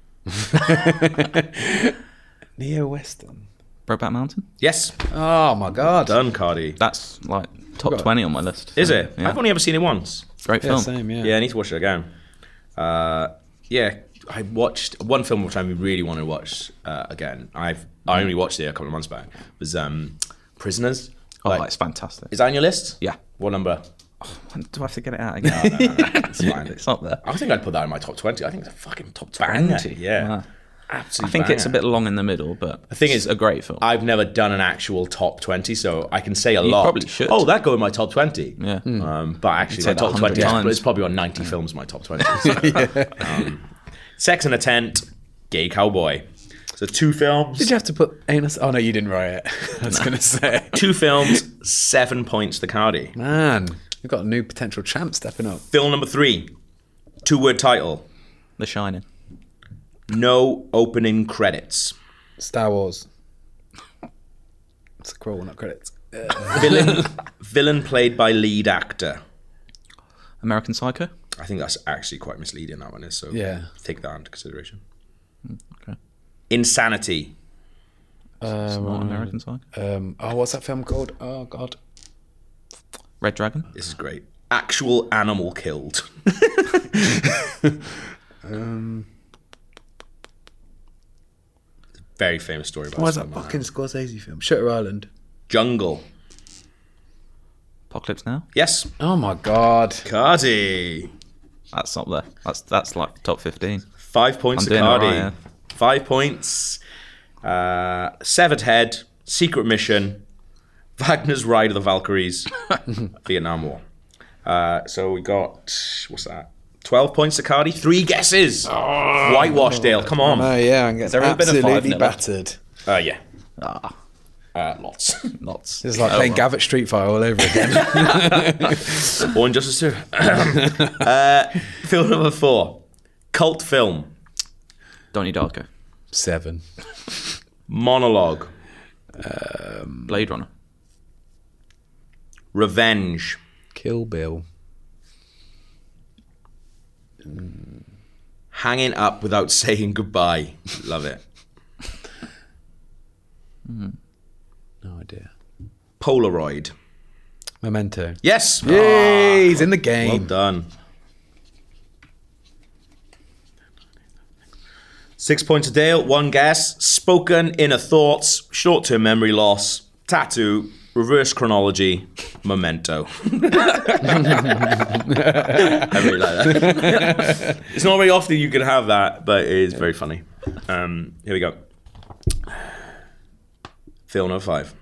Neo Western.
Brokeback Mountain.
Yes.
Oh my god.
Done, Cardi.
That's like top twenty on my list.
Is
So,
it?
Yeah.
I've only ever seen it once.
Great
yeah,
film.
same, yeah.
Yeah, I need to watch it again. Uh, yeah, I watched one film which I really want to watch uh, again. I've I only watched it a couple of months back. was um, Prisoners.
Oh,
Like,
it's fantastic.
is that on your list?
Yeah.
What number?
Do I have to get it out again?
It's fine.
it's not there.
I think I'd put that in my top 20. I think it's a fucking top 20. Yeah.
Wow.
Absolutely.
I think it's a bit long in the middle, but the
thing is-
a great film.
I've never done an actual top 20, so I can say a lot.
probably should.
Oh, that go in my top 20.
Yeah. Mm.
Um, but actually,
say
my
that
top
100
20 is-
times.
it's probably on 90 films, my top 20. So, um, Sex in a Tent, Gay Cowboy. So two films,
Did you have to put anus? Oh no, you didn't write it. I was gonna say.
two films, seven points to Cardi.
Man, we've got a new potential champ stepping up.
Film number three, two word title,
the Shining.
no opening credits.
Star Wars. It's a crawl, not credits.
Villain, villain played by lead actor.
American Psycho.
I think that's actually quite misleading. That one is so.
Yeah.
take that into consideration.
Okay.
Insanity.
It's not American Psycho.
Um, oh, what's that film called? Oh god.
Red Dragon.
This is great. Actual animal killed.
Um,
Very famous story about
What's that
someone.
fucking Scorsese film? Shutter Island.
Jungle.
Apocalypse Now.
Yes,
Oh my god.
Cardi.
That's not there. That's that's like top fifteen.
Five points
I'm
to
doing
Cardi.
alright,
Five points. Uh, severed head. Secret mission. Wagner's Ride of the Valkyries. Vietnam War. Uh, so we got what's that? Twelve points to Cardi. Three guesses. Whitewash Dale. Come on.
Oh yeah, I'm getting
there a bit of
absolutely
five nil?
battered.
Uh, yeah.
Ah,
Uh, lots.
lots.
It's like playing Gavit Street Fighter all over again.
Born Justice 2. uh, film number four. Cult film.
Donnie Darko.
Seven.
Monologue.
Blade Runner.
Revenge.
Kill Bill.
Hanging up without saying goodbye. Love it.
No idea.
Polaroid.
Memento.
Yes.
Yay, he's in the
Ah, well
game.
done. Six points a Dale, one guess. Spoken inner thoughts, short term memory loss, tattoo, reverse chronology, memento. I really like that. it's not very often you can have that, but it is very funny. Um, here we go. Film number five.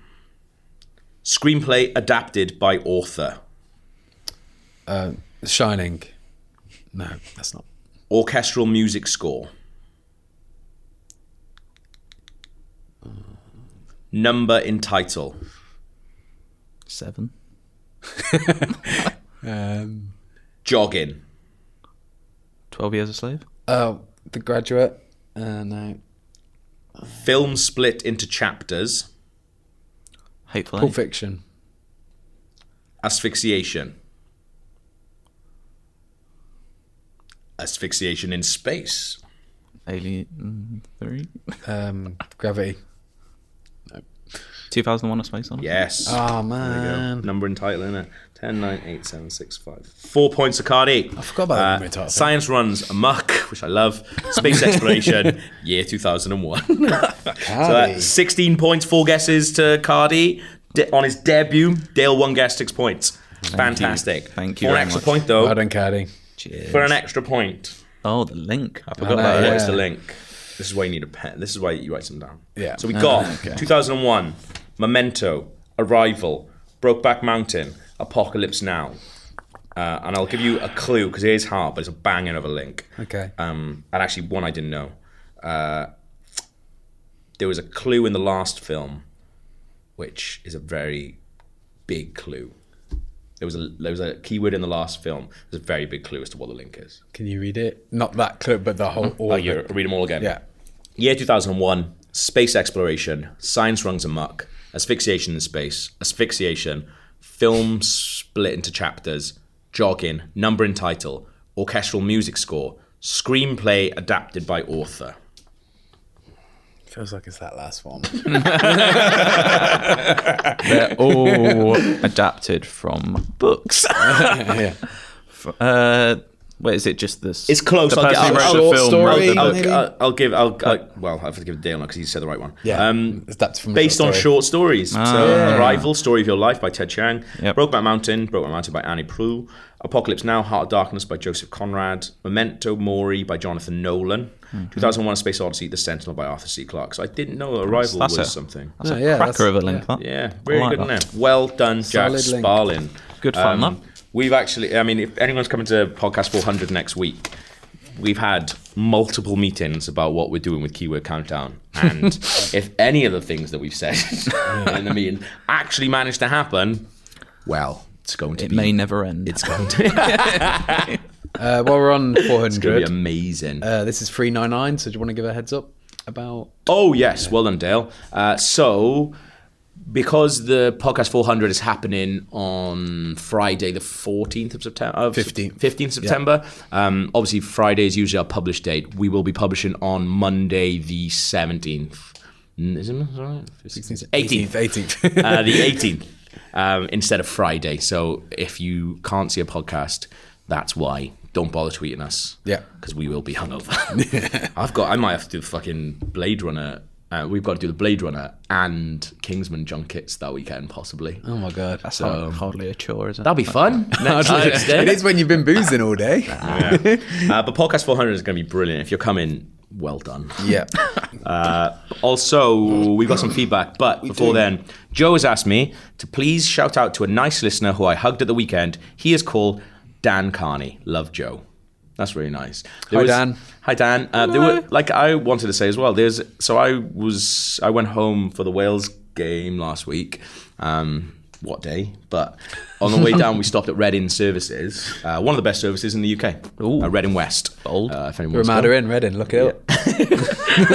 Screenplay adapted by author.
Uh, Shining. No, that's not.
Orchestral music score. Number in title.
Seven.
Um,
Jogging.
12 Years a Slave.
oh, The Graduate. Uh, no.
Film split into chapters.
Hateful
Pulp
Eight.
Fiction.
Asphyxiation. Asphyxiation in space.
Alien mm, 3.
Um, Gravity.
2001 A Space Odyssey.
Yes.
Oh
There you go.
man.
Number and title in it. 10, 9, 8, 7, 6, 5. Four points of card eight. I
forgot about that number and title.
Science runs amok, which I love. Space exploration, year 2001. So
Cardi.
that's 16 points, four guesses to Cardi. De- on his debut, Dale one guess, six points. Fantastic.
you. Thank you
For an
very
extra
much.
point, though.
Well done, Cardi.
Cheers.
for an extra point.
Oh, the link.
I forgot
know,
about that. What's
yeah.
the link? This is why you need a pen. This is why you write them down.
Yeah.
So we
Ah,
got
okay.
2001, Memento, Arrival, Brokeback Mountain, Apocalypse Now. Uh, and I'll give you a clue because it is hard, but it's a banging of a link.
Okay.
Um, and actually, one I didn't know. Uh, there was a clue in the last film, which is a very big clue. There was a there was a keyword in the last film. There's a very big clue as to what the link is.
Can you read it? Not that clip, but the whole. All
Oh,
of
you
it.
read them all again.
Yeah.
Year 2001, space exploration, science runs amok, asphyxiation in space, asphyxiation, film split into chapters, jogging, number and title, orchestral music score, screenplay adapted by author.
Feels like it's that last one.
They're all adapted from books.
yeah.
Uh, wait, is it just this?
It's close,
The
I'll
person
get-
who
I'll-
wrote
I'll-
the film
story,
wrote the
I'll-
book.
I'll, I'll, I'll give. I'll, I'll well, I have to give Dale because he said the right one.
Yeah.
Um,
that's from
based on short stories. so
Ah.
Arrival, Story of Your Life by Ted Chiang,
Yep.
Brokeback Mountain, Brokeback Mountain by Annie Prue, Apocalypse Now, Heart of Darkness by Joseph Conrad, Memento Mori by Jonathan Nolan,
Hmm.
2001: A Space Odyssey, The Sentinel by Arthur C. Clarke. So I didn't know Arrival
That's
was
it.
something.
That's
No,
a
yeah,
cracker of
that's-
a link.
yeah.
That.
Yeah,
I
really
like
good
that.
name. Well done, Jack
Solid link.
Sparlin. Um,
Good fun, that.
We've actually, I mean, if anyone's coming to Podcast 400 next week, we've had multiple meetings about what we're doing with Keyword Countdown. And if any of the things that we've said in the meeting actually manage to happen, well, it's going to
It
be.
may never end.
it's going to, it's
Uh, while we're on
going to
400,
be amazing.
uh, this is 399. So do you want to give a heads up about?
Oh yes, well done, Dale. Uh, so, because the podcast 400 is happening on Friday, the 14th of September, of
15th.
15th September. Um, obviously, Friday is usually our publish date. We will be publishing on Monday, the 17th. Mm, Is it is that right? 16th, 18th.
18th.
Uh, the 18th um, instead of Friday. So if you can't see a podcast, that's why. Don't bother tweeting us.
Yeah.
Because we will be hungover. I've got. I might have to do the fucking Blade Runner. Uh, we've got to do the Blade Runner and Kingsman junkets that weekend, possibly.
oh my god.
That's hard- hardly a chore, is it?
That'll be fun. Next
it
Tuesday.
is when you've been boozing all day.
Uh, but podcast 400 is going to be brilliant. If you're coming, well done.
yeah.
Uh, also, we got some feedback, but before then, Joe has asked me to please shout out to a nice listener who I hugged at the weekend. He is called Dan Carney. Love Joe. That's really nice. There
Hi, Dan.
Hi Dan. Uh, there were like I wanted to say as well. There's so I was I went home for the Wales game last week. Um, what day? But on the way down, we stopped at Reading Services, uh, one of the best services in the UK.
Ooh.
Uh, Reading West.
Bold.
Uh, if anyone wants to go.
Ramada in Reading. Look it up.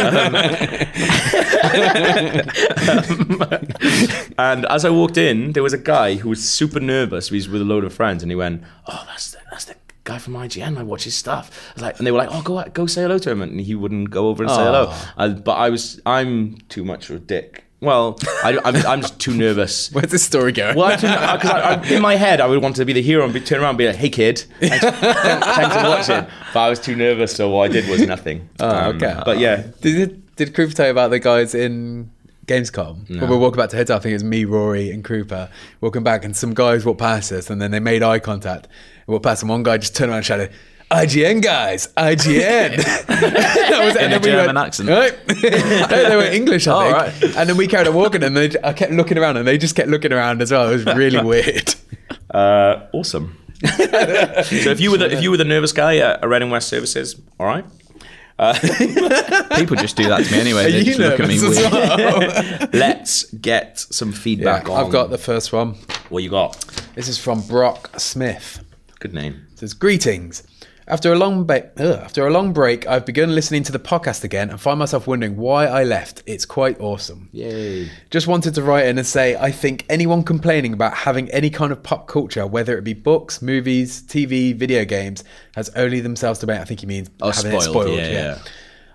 And as I walked in, there was a guy who was super nervous. He was with a load of friends, and he went, "Oh, that's the, that's the guy from IGN. I watch his stuff." I was like, and they were like, "Oh, go go say hello to him," and he wouldn't go over and say hello. Uh, but I was, I'm too much of a dick. Well, I, am I'm just too nervous.
Where's this story going?
Well, actually, because I, I, in my head, I would want to be the hero and be, turn around and be like, "Hey, kid, thanks, thanks for watching." But I was too nervous, so what I did was nothing. Oh,
okay.
But yeah,
Did did Krupa tell you about the guys in Gamescom? When we were walking back to hotel, I think it was me, Rory, and Krupa walking back, and some guys walked past us, and then they made eye contact. And walked past, and one guy just turned around and shouted. IGN guys, IGN. that was,
In a German accent.
Right? no, they were English, I
Oh,
think.
right.
And then we carried on walking, and they, I kept looking around, and they just kept looking around as well. It was really weird.
uh, awesome. so if you were the, if you were the nervous guy at, at Reading West Services, all right.
People just do that to me anyway.
Are
They
you
just look at me
nervous as
weird.
well?
Let's get some feedback on.
I've got the first one.
what you got.
This is from Brock Smith.
Good name.
says greetings after a long ba- ugh, after a long break i've begun listening to the podcast again and find myself wondering why i left it's quite awesome
Yay.
just wanted to write in and say i think anyone complaining about having any kind of pop culture whether it be books movies tv video games has only themselves to blame i think he means
Oh,
having it
spoiled,
spoiled
yeah, yeah.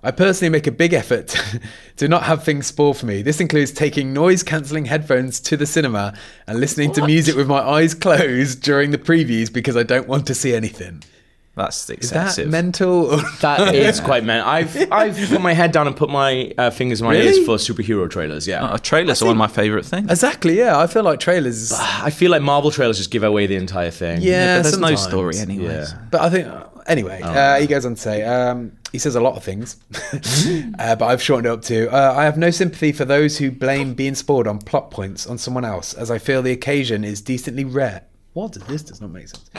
I personally make a big effort to not have things spoiled for me. This includes taking noise cancelling headphones to the cinema and listening to music with my eyes closed during the previews because I don't want to see anything.
That's
Is that
excessive.
mental?
That
It's quite man. I've I've put my head down and put my uh, fingers in my
Really?
ears for superhero trailers. Yeah.
Uh, trailers are one of my favourite things.
exactly, yeah. I feel like trailers.
I feel like Marvel trailers just give away the entire thing.
Yeah,
but there's
sometimes.
no story anyways.
Yeah.
But I think, anyway, uh, he goes on to say, um, he says a lot of things, uh, but I've shortened it up to uh, I have no sympathy for those who blame being spoiled on plot points on someone else, as I feel the occasion is decently rare. What? This does not make sense.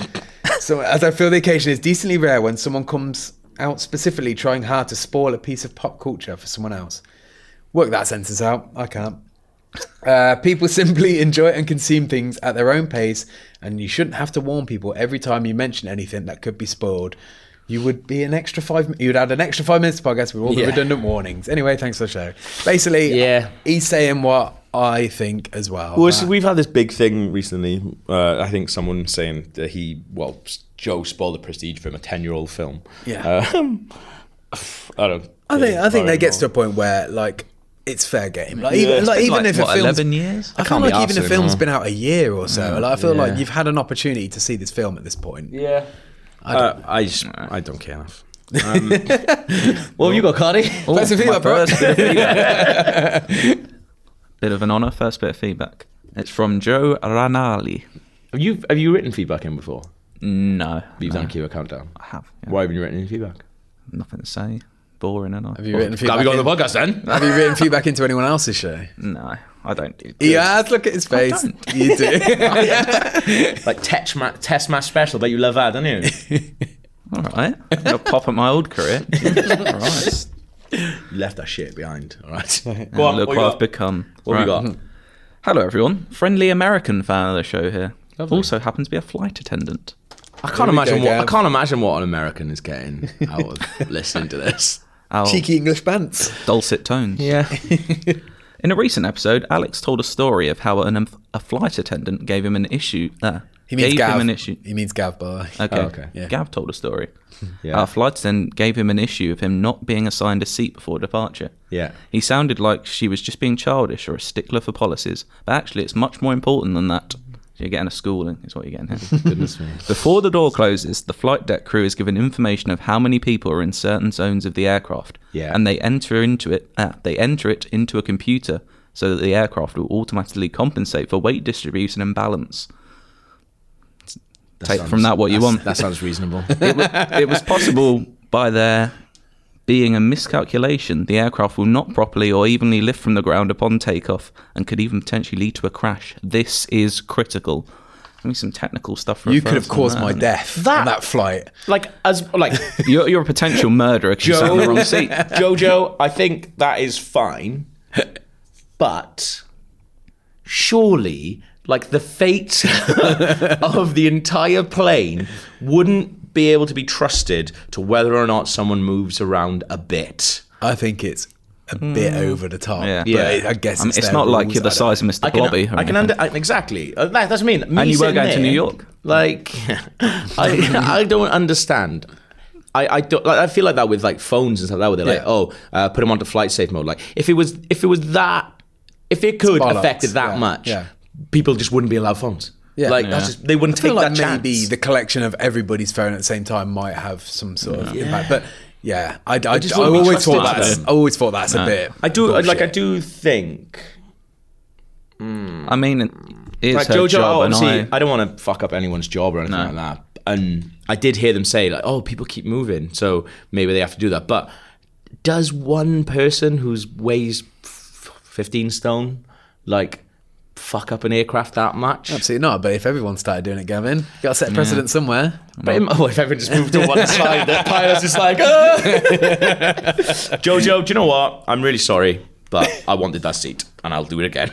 so, as I feel the occasion is decently rare when someone comes out specifically trying hard to spoil a piece of pop culture for someone else. Work that sentence out. I can't. Uh, people simply enjoy and consume things at their own pace, and you shouldn't have to warn people every time you mention anything that could be spoiled. You would be an extra five. You'd add an extra five minutes to podcast with all the
Yeah.
redundant warnings. Anyway, thanks for the show. Basically,
Yeah.
he's saying what I think as well.
Well,
That-
so we've had this big thing recently. Uh, I think someone saying that he, well, s- Joe spoiled the prestige from a ten-year-old film.
Yeah.
Um, I don't.
I think I think that gets to a
anymore.
point where like it's fair game. Like
Yeah,
even
it's
like,
been,
even
like,
if
what,
a film's
11 years?
I,
I
feel
can't be
like even
arsed
if a film's
anymore.
been out a year or so. like I feel like
yeah.
you've had an opportunity to see this film at this point.
Yeah. I don't, I, just, I don't care enough. Um,
What have you got, Cardi?
Oh,
That's a
my
feedback, bro.
first bit of feedback. Bit of an honour, first bit of feedback. It's from Joe Ranali.
Have you have you written feedback in before?
No.
You've
no,
done Keyword Countdown.
I have. yeah.
Why haven't you written any feedback?
Nothing to say. Boring, and
Have you written
Glad
feedback?
we got on
in-
the podcast then.
Have you written feedback into anyone else's show?
No, I don't do
He has. Look at his face.
don't.
You do.
like test match, test match special. Bet you love that, don't you?
All right. I'm gonna pop at my old career. Jesus Christ.
you left that shit behind. All right. Go
And
on.
look
what
what,
you
I've
got?
become.
What have
Right. Hmm.
you got?
Hello, everyone. Friendly American fan of the show here.
Lovely.
Also happens to be a flight attendant.
I
Here
can't
we
imagine
go,
what I
Gav.
can't imagine what an American is getting out of listening to this.
Our
Cheeky English pants.
dulcet tones.
Yeah.
In a recent episode, Alex told a story of how an, a flight attendant gave him an issue. Uh,
He means
gave
Gav.
him an issue.
He means Gav, by the way.
Okay.
Oh, okay.
Yeah.
Gav told a story.
Yeah.
Our flight attendant gave him an issue of him not being assigned a seat before departure.
Yeah.
He sounded like she was just being childish or a stickler for policies, but actually, it's much more important than that. You're getting a schooling, is what you're getting here.
Goodness me.
Before the door closes, the flight deck crew is given information of how many people are in certain zones of the aircraft,
Yeah.
and they enter into it. Uh, they enter it into a computer so that the aircraft will automatically compensate for weight distribution and balance. Take from that what you want.
That sounds reasonable.
it, was, it was possible by there being a miscalculation. The aircraft will not properly or evenly lift from the ground upon takeoff and could even potentially lead to a crash. This is critical. I mean, some technical stuff. for a
You could have
first one
caused
there,
my
haven't you?
death
That-
on that flight.
like as like
You're, you're a potential murderer because you sat in the wrong seat.
Jojo, I think that is fine, but surely like the fate of the entire plane wouldn't be able to be trusted to whether or not someone moves around a bit.
I think it's a bit over the top.
Yeah.
But
Yeah.
it- I guess
I mean,
it's,
Um, it's
their
not like
rules,
you're the
I don't-
size of Mr.
I can,
Blobby. or
I can
anything.
under, I, exactly. Uh, That, that's what I mean. Me
And you were
sitting
going to
there,
New York.
Like, I, I don't understand. I, I don't. Like, I feel like that with like phones and stuff like that. Where they're like,
Yeah.
oh, uh, put them onto flight safe mode. Like, if it was, if it was that, if it could
bollocks.
affect it that
Yeah.
much,
Yeah.
people just wouldn't be allowed phones.
Yeah.
like
Yeah.
That's just, they wouldn't
I
take
feel like
that chance.
maybe the collection of everybody's phone at the same time might have some sort of impact. But yeah, I, I,
just
I
wouldn't be
always
trusted
thought that's, I always thought that's a bit.
I do like. I
bullshit.
do think.
I mean, it is
Like
her
Jojo,
job, and
obviously,
I,
I, don't want to fuck up anyone's job or anything
No.
like that. And I did hear them say like, "Oh, people keep moving, so maybe they have to do that." But does one person who's weighs f- fifteen stone like
fuck up an aircraft that much.
Absolutely not. But if everyone started doing it, Gavin, you got to set precedent somewhere.
But im- oh, if everyone just moved to one side, the pilot's just like, "Ah!"
Jojo, do you know what? I'm really sorry, but I wanted that seat, and I'll do it again.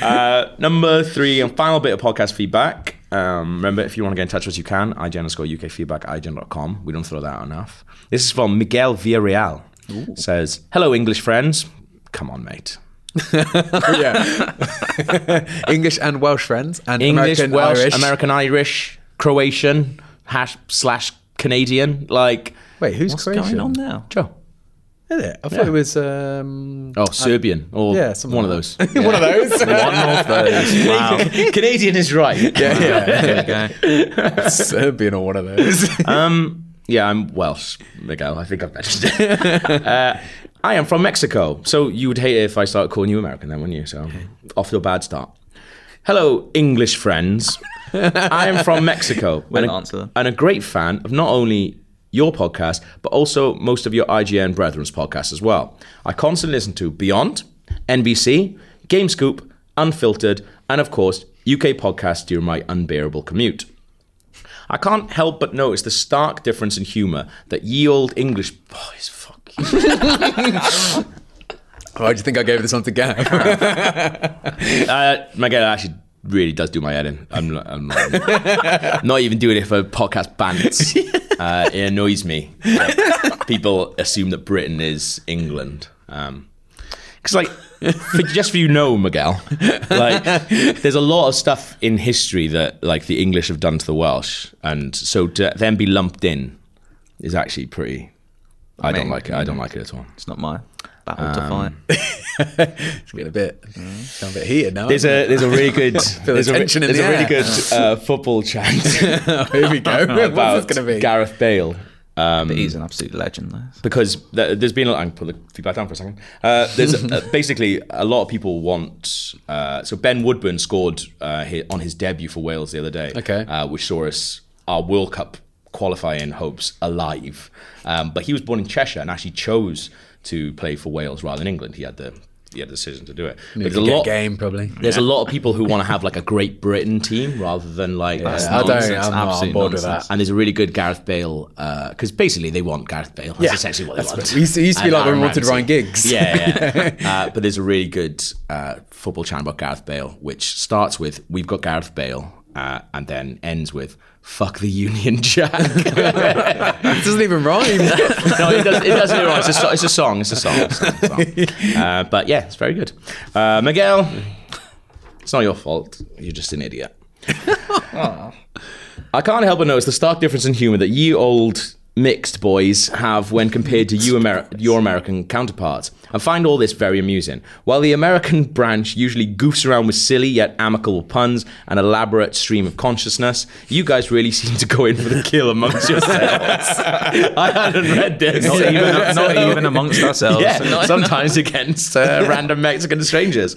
uh, number three and final bit of podcast feedback. Um, remember, if you want to get in touch with us, you can. IGN underscore UK feedback, IGN.com. We don't throw that out enough. This is from Miguel Villarreal. Says, hello, English friends. Come on, mate.
English and Welsh friends and
English,
American
Welsh,
Irish.
American Irish, Croatian, hash slash Canadian. Like,
Wait, who's
What's
Croatian?
going on now?
Joe.
Is it? I thought it was um,
Oh, Serbian or
yeah, something
one of
like
those.
one of those.
One of those. Wow.
Canadian is right.
yeah, yeah.
There we go.
Serbian or one of those.
Um, yeah, I'm Welsh, Miguel. I think I've mentioned it. uh, I am from Mexico, so you would hate it if I started calling you American, then, wouldn't you? So, off to a bad start. Hello, English friends. I am from Mexico.
We'll
and a-
answer them.
and a great fan of not only your podcast, but also most of your IGN Brethren's podcasts as well. I constantly listen to Beyond, NBC, Game Scoop, Unfiltered, and of course, UK podcasts during my unbearable commute. I can't help but notice the stark difference in humour that ye old English boys, fuck you.
Why do you think I gave this one to Gav?
Uh, Miguel actually really does do my editing. I'm, not- I'm not, not even doing it for podcast bands. Uh, it annoys me. that people assume that Britain is England. Because, like, for, just for you know, Miguel, like, there's a lot of stuff in history that, like, the English have done to the Welsh. And so to then be lumped in is actually pretty. I don't
mean-
like it. I don't like it at all.
It's not my battle
Um,
to fight.
it's getting a bit, getting a bit heated now.
There's a there's a really good there's a, re-
tension in
there's
the
a really
air.
good uh, football chant
a here we go. What's
about
this going to be?
Gareth Bale. Um,
But he's an absolute legend, though.
because th- there's been a lot. I can put the feedback down for a second. Uh, there's uh, basically a lot of people want. Uh, so Ben Woodburn scored uh, hi on his debut for Wales the other day,
Okay.
uh, which saw us our World Cup qualifying hopes alive. Um, but he was born in Cheshire and actually chose to play for Wales rather than England. He had the he had the decision to do it. But there's a
Get
lot.
game probably.
There's a lot of people who want to have like a Great Britain team rather than like
I don't.
nonsense,
I'm not on
absolute
board
nonsense.
and there's a really good Gareth Bale because basically they want Gareth Bale. That's
Yeah.
essentially what they
That's
want.
what- we used to- it used to be
And
like when we
Aaron
wanted
Ramsey.
Ryan Giggs.
Yeah, yeah. uh, but there's a really good uh, football channel about Gareth Bale, which starts with "We've got Gareth Bale," uh, and then ends with "Fuck the Union Jack."
It doesn't even rhyme.
no, it does. It does it right. It's a, so- it's a song. It's a song. It's a song. Uh, but yeah, it's very good. Uh, Miguel, it's not your fault. You're just an idiot. I can't help but notice the stark difference in humour that you old mixed boys have when compared to you Ameri- your American counterparts. I find all this very amusing. While the American branch usually goofs around with silly yet amicable puns and elaborate stream of consciousness, you guys really seem to go in for the kill amongst yourselves. I hadn't read this.
Not, even, not
So-
even amongst ourselves.
yeah, sometimes against uh, random Mexican strangers.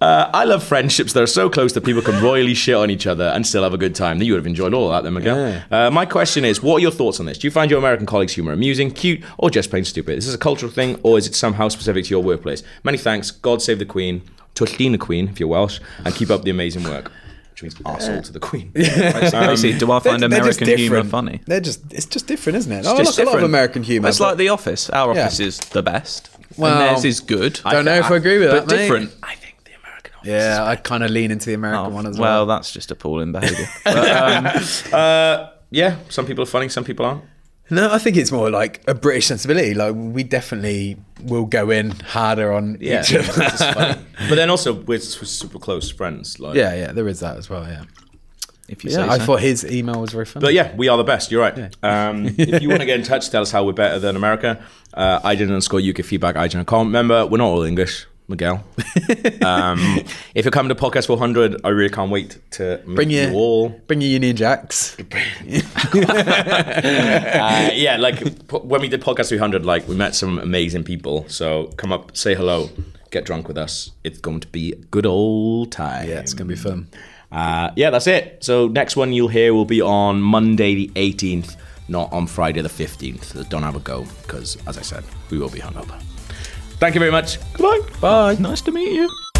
Uh, I love friendships that are so close that people can royally shit on each other and still have a good time. You would have enjoyed all of that, then, Miguel. Uh, my question is, what are your thoughts on this? Do you find your American colleagues' humor amusing, cute, or just plain stupid? Is this a cultural thing, or is it somehow specific to your workplace? Many thanks. God save the Queen. Tushtina Queen, if you're Welsh, and keep up the amazing work. Which means arsehole to the Queen.
Basically, do I find
Um, They're- they're just
American humour
different.
funny?
They're just it's just different, isn't it? Oh,
Just
look, I love
different.
American humour.
It's like The Office. Our
Yeah.
office is the best.
Well,
and theirs is good.
don't know if I agree with
but
that, mate.
different.
I think the American office
yeah, I kind of lean into the American one as Oh, well.
well, that's just appalling behaviour. But, um,
Uh, yeah, some people are funny, some people aren't.
No, I think it's more like a British sensibility. Like we definitely will go in harder on
Yeah,
each other.
but then also we're, s- we're super close friends. Like,
yeah, yeah, there is that as well. Yeah,
if you
yeah.
say
I
so.
thought his email was very funny.
But yeah, we are the best. You're right. Um, if you want to get in touch, tell us how we're better than America. Uh, I didn't underscore UK feedback. I didn't com. Remember, we're not all English, Miguel. um, if you're coming to Podcast 400, I really can't wait to meet
bring your
you all.
bring your Union Jacks.
Uh, yeah, like p- when we did Podcast 300, like we met some amazing people. So come up, say hello, get drunk with us. It's going to be a good old time.
Yeah, it's gonna be fun.
Uh, yeah, that's it. So next one you'll hear will be on Monday the 18th, not on Friday the 15th. So don't have a go because, as I said, we will be hungover. Thank you very much. Goodbye.
Bye. Nice to meet you.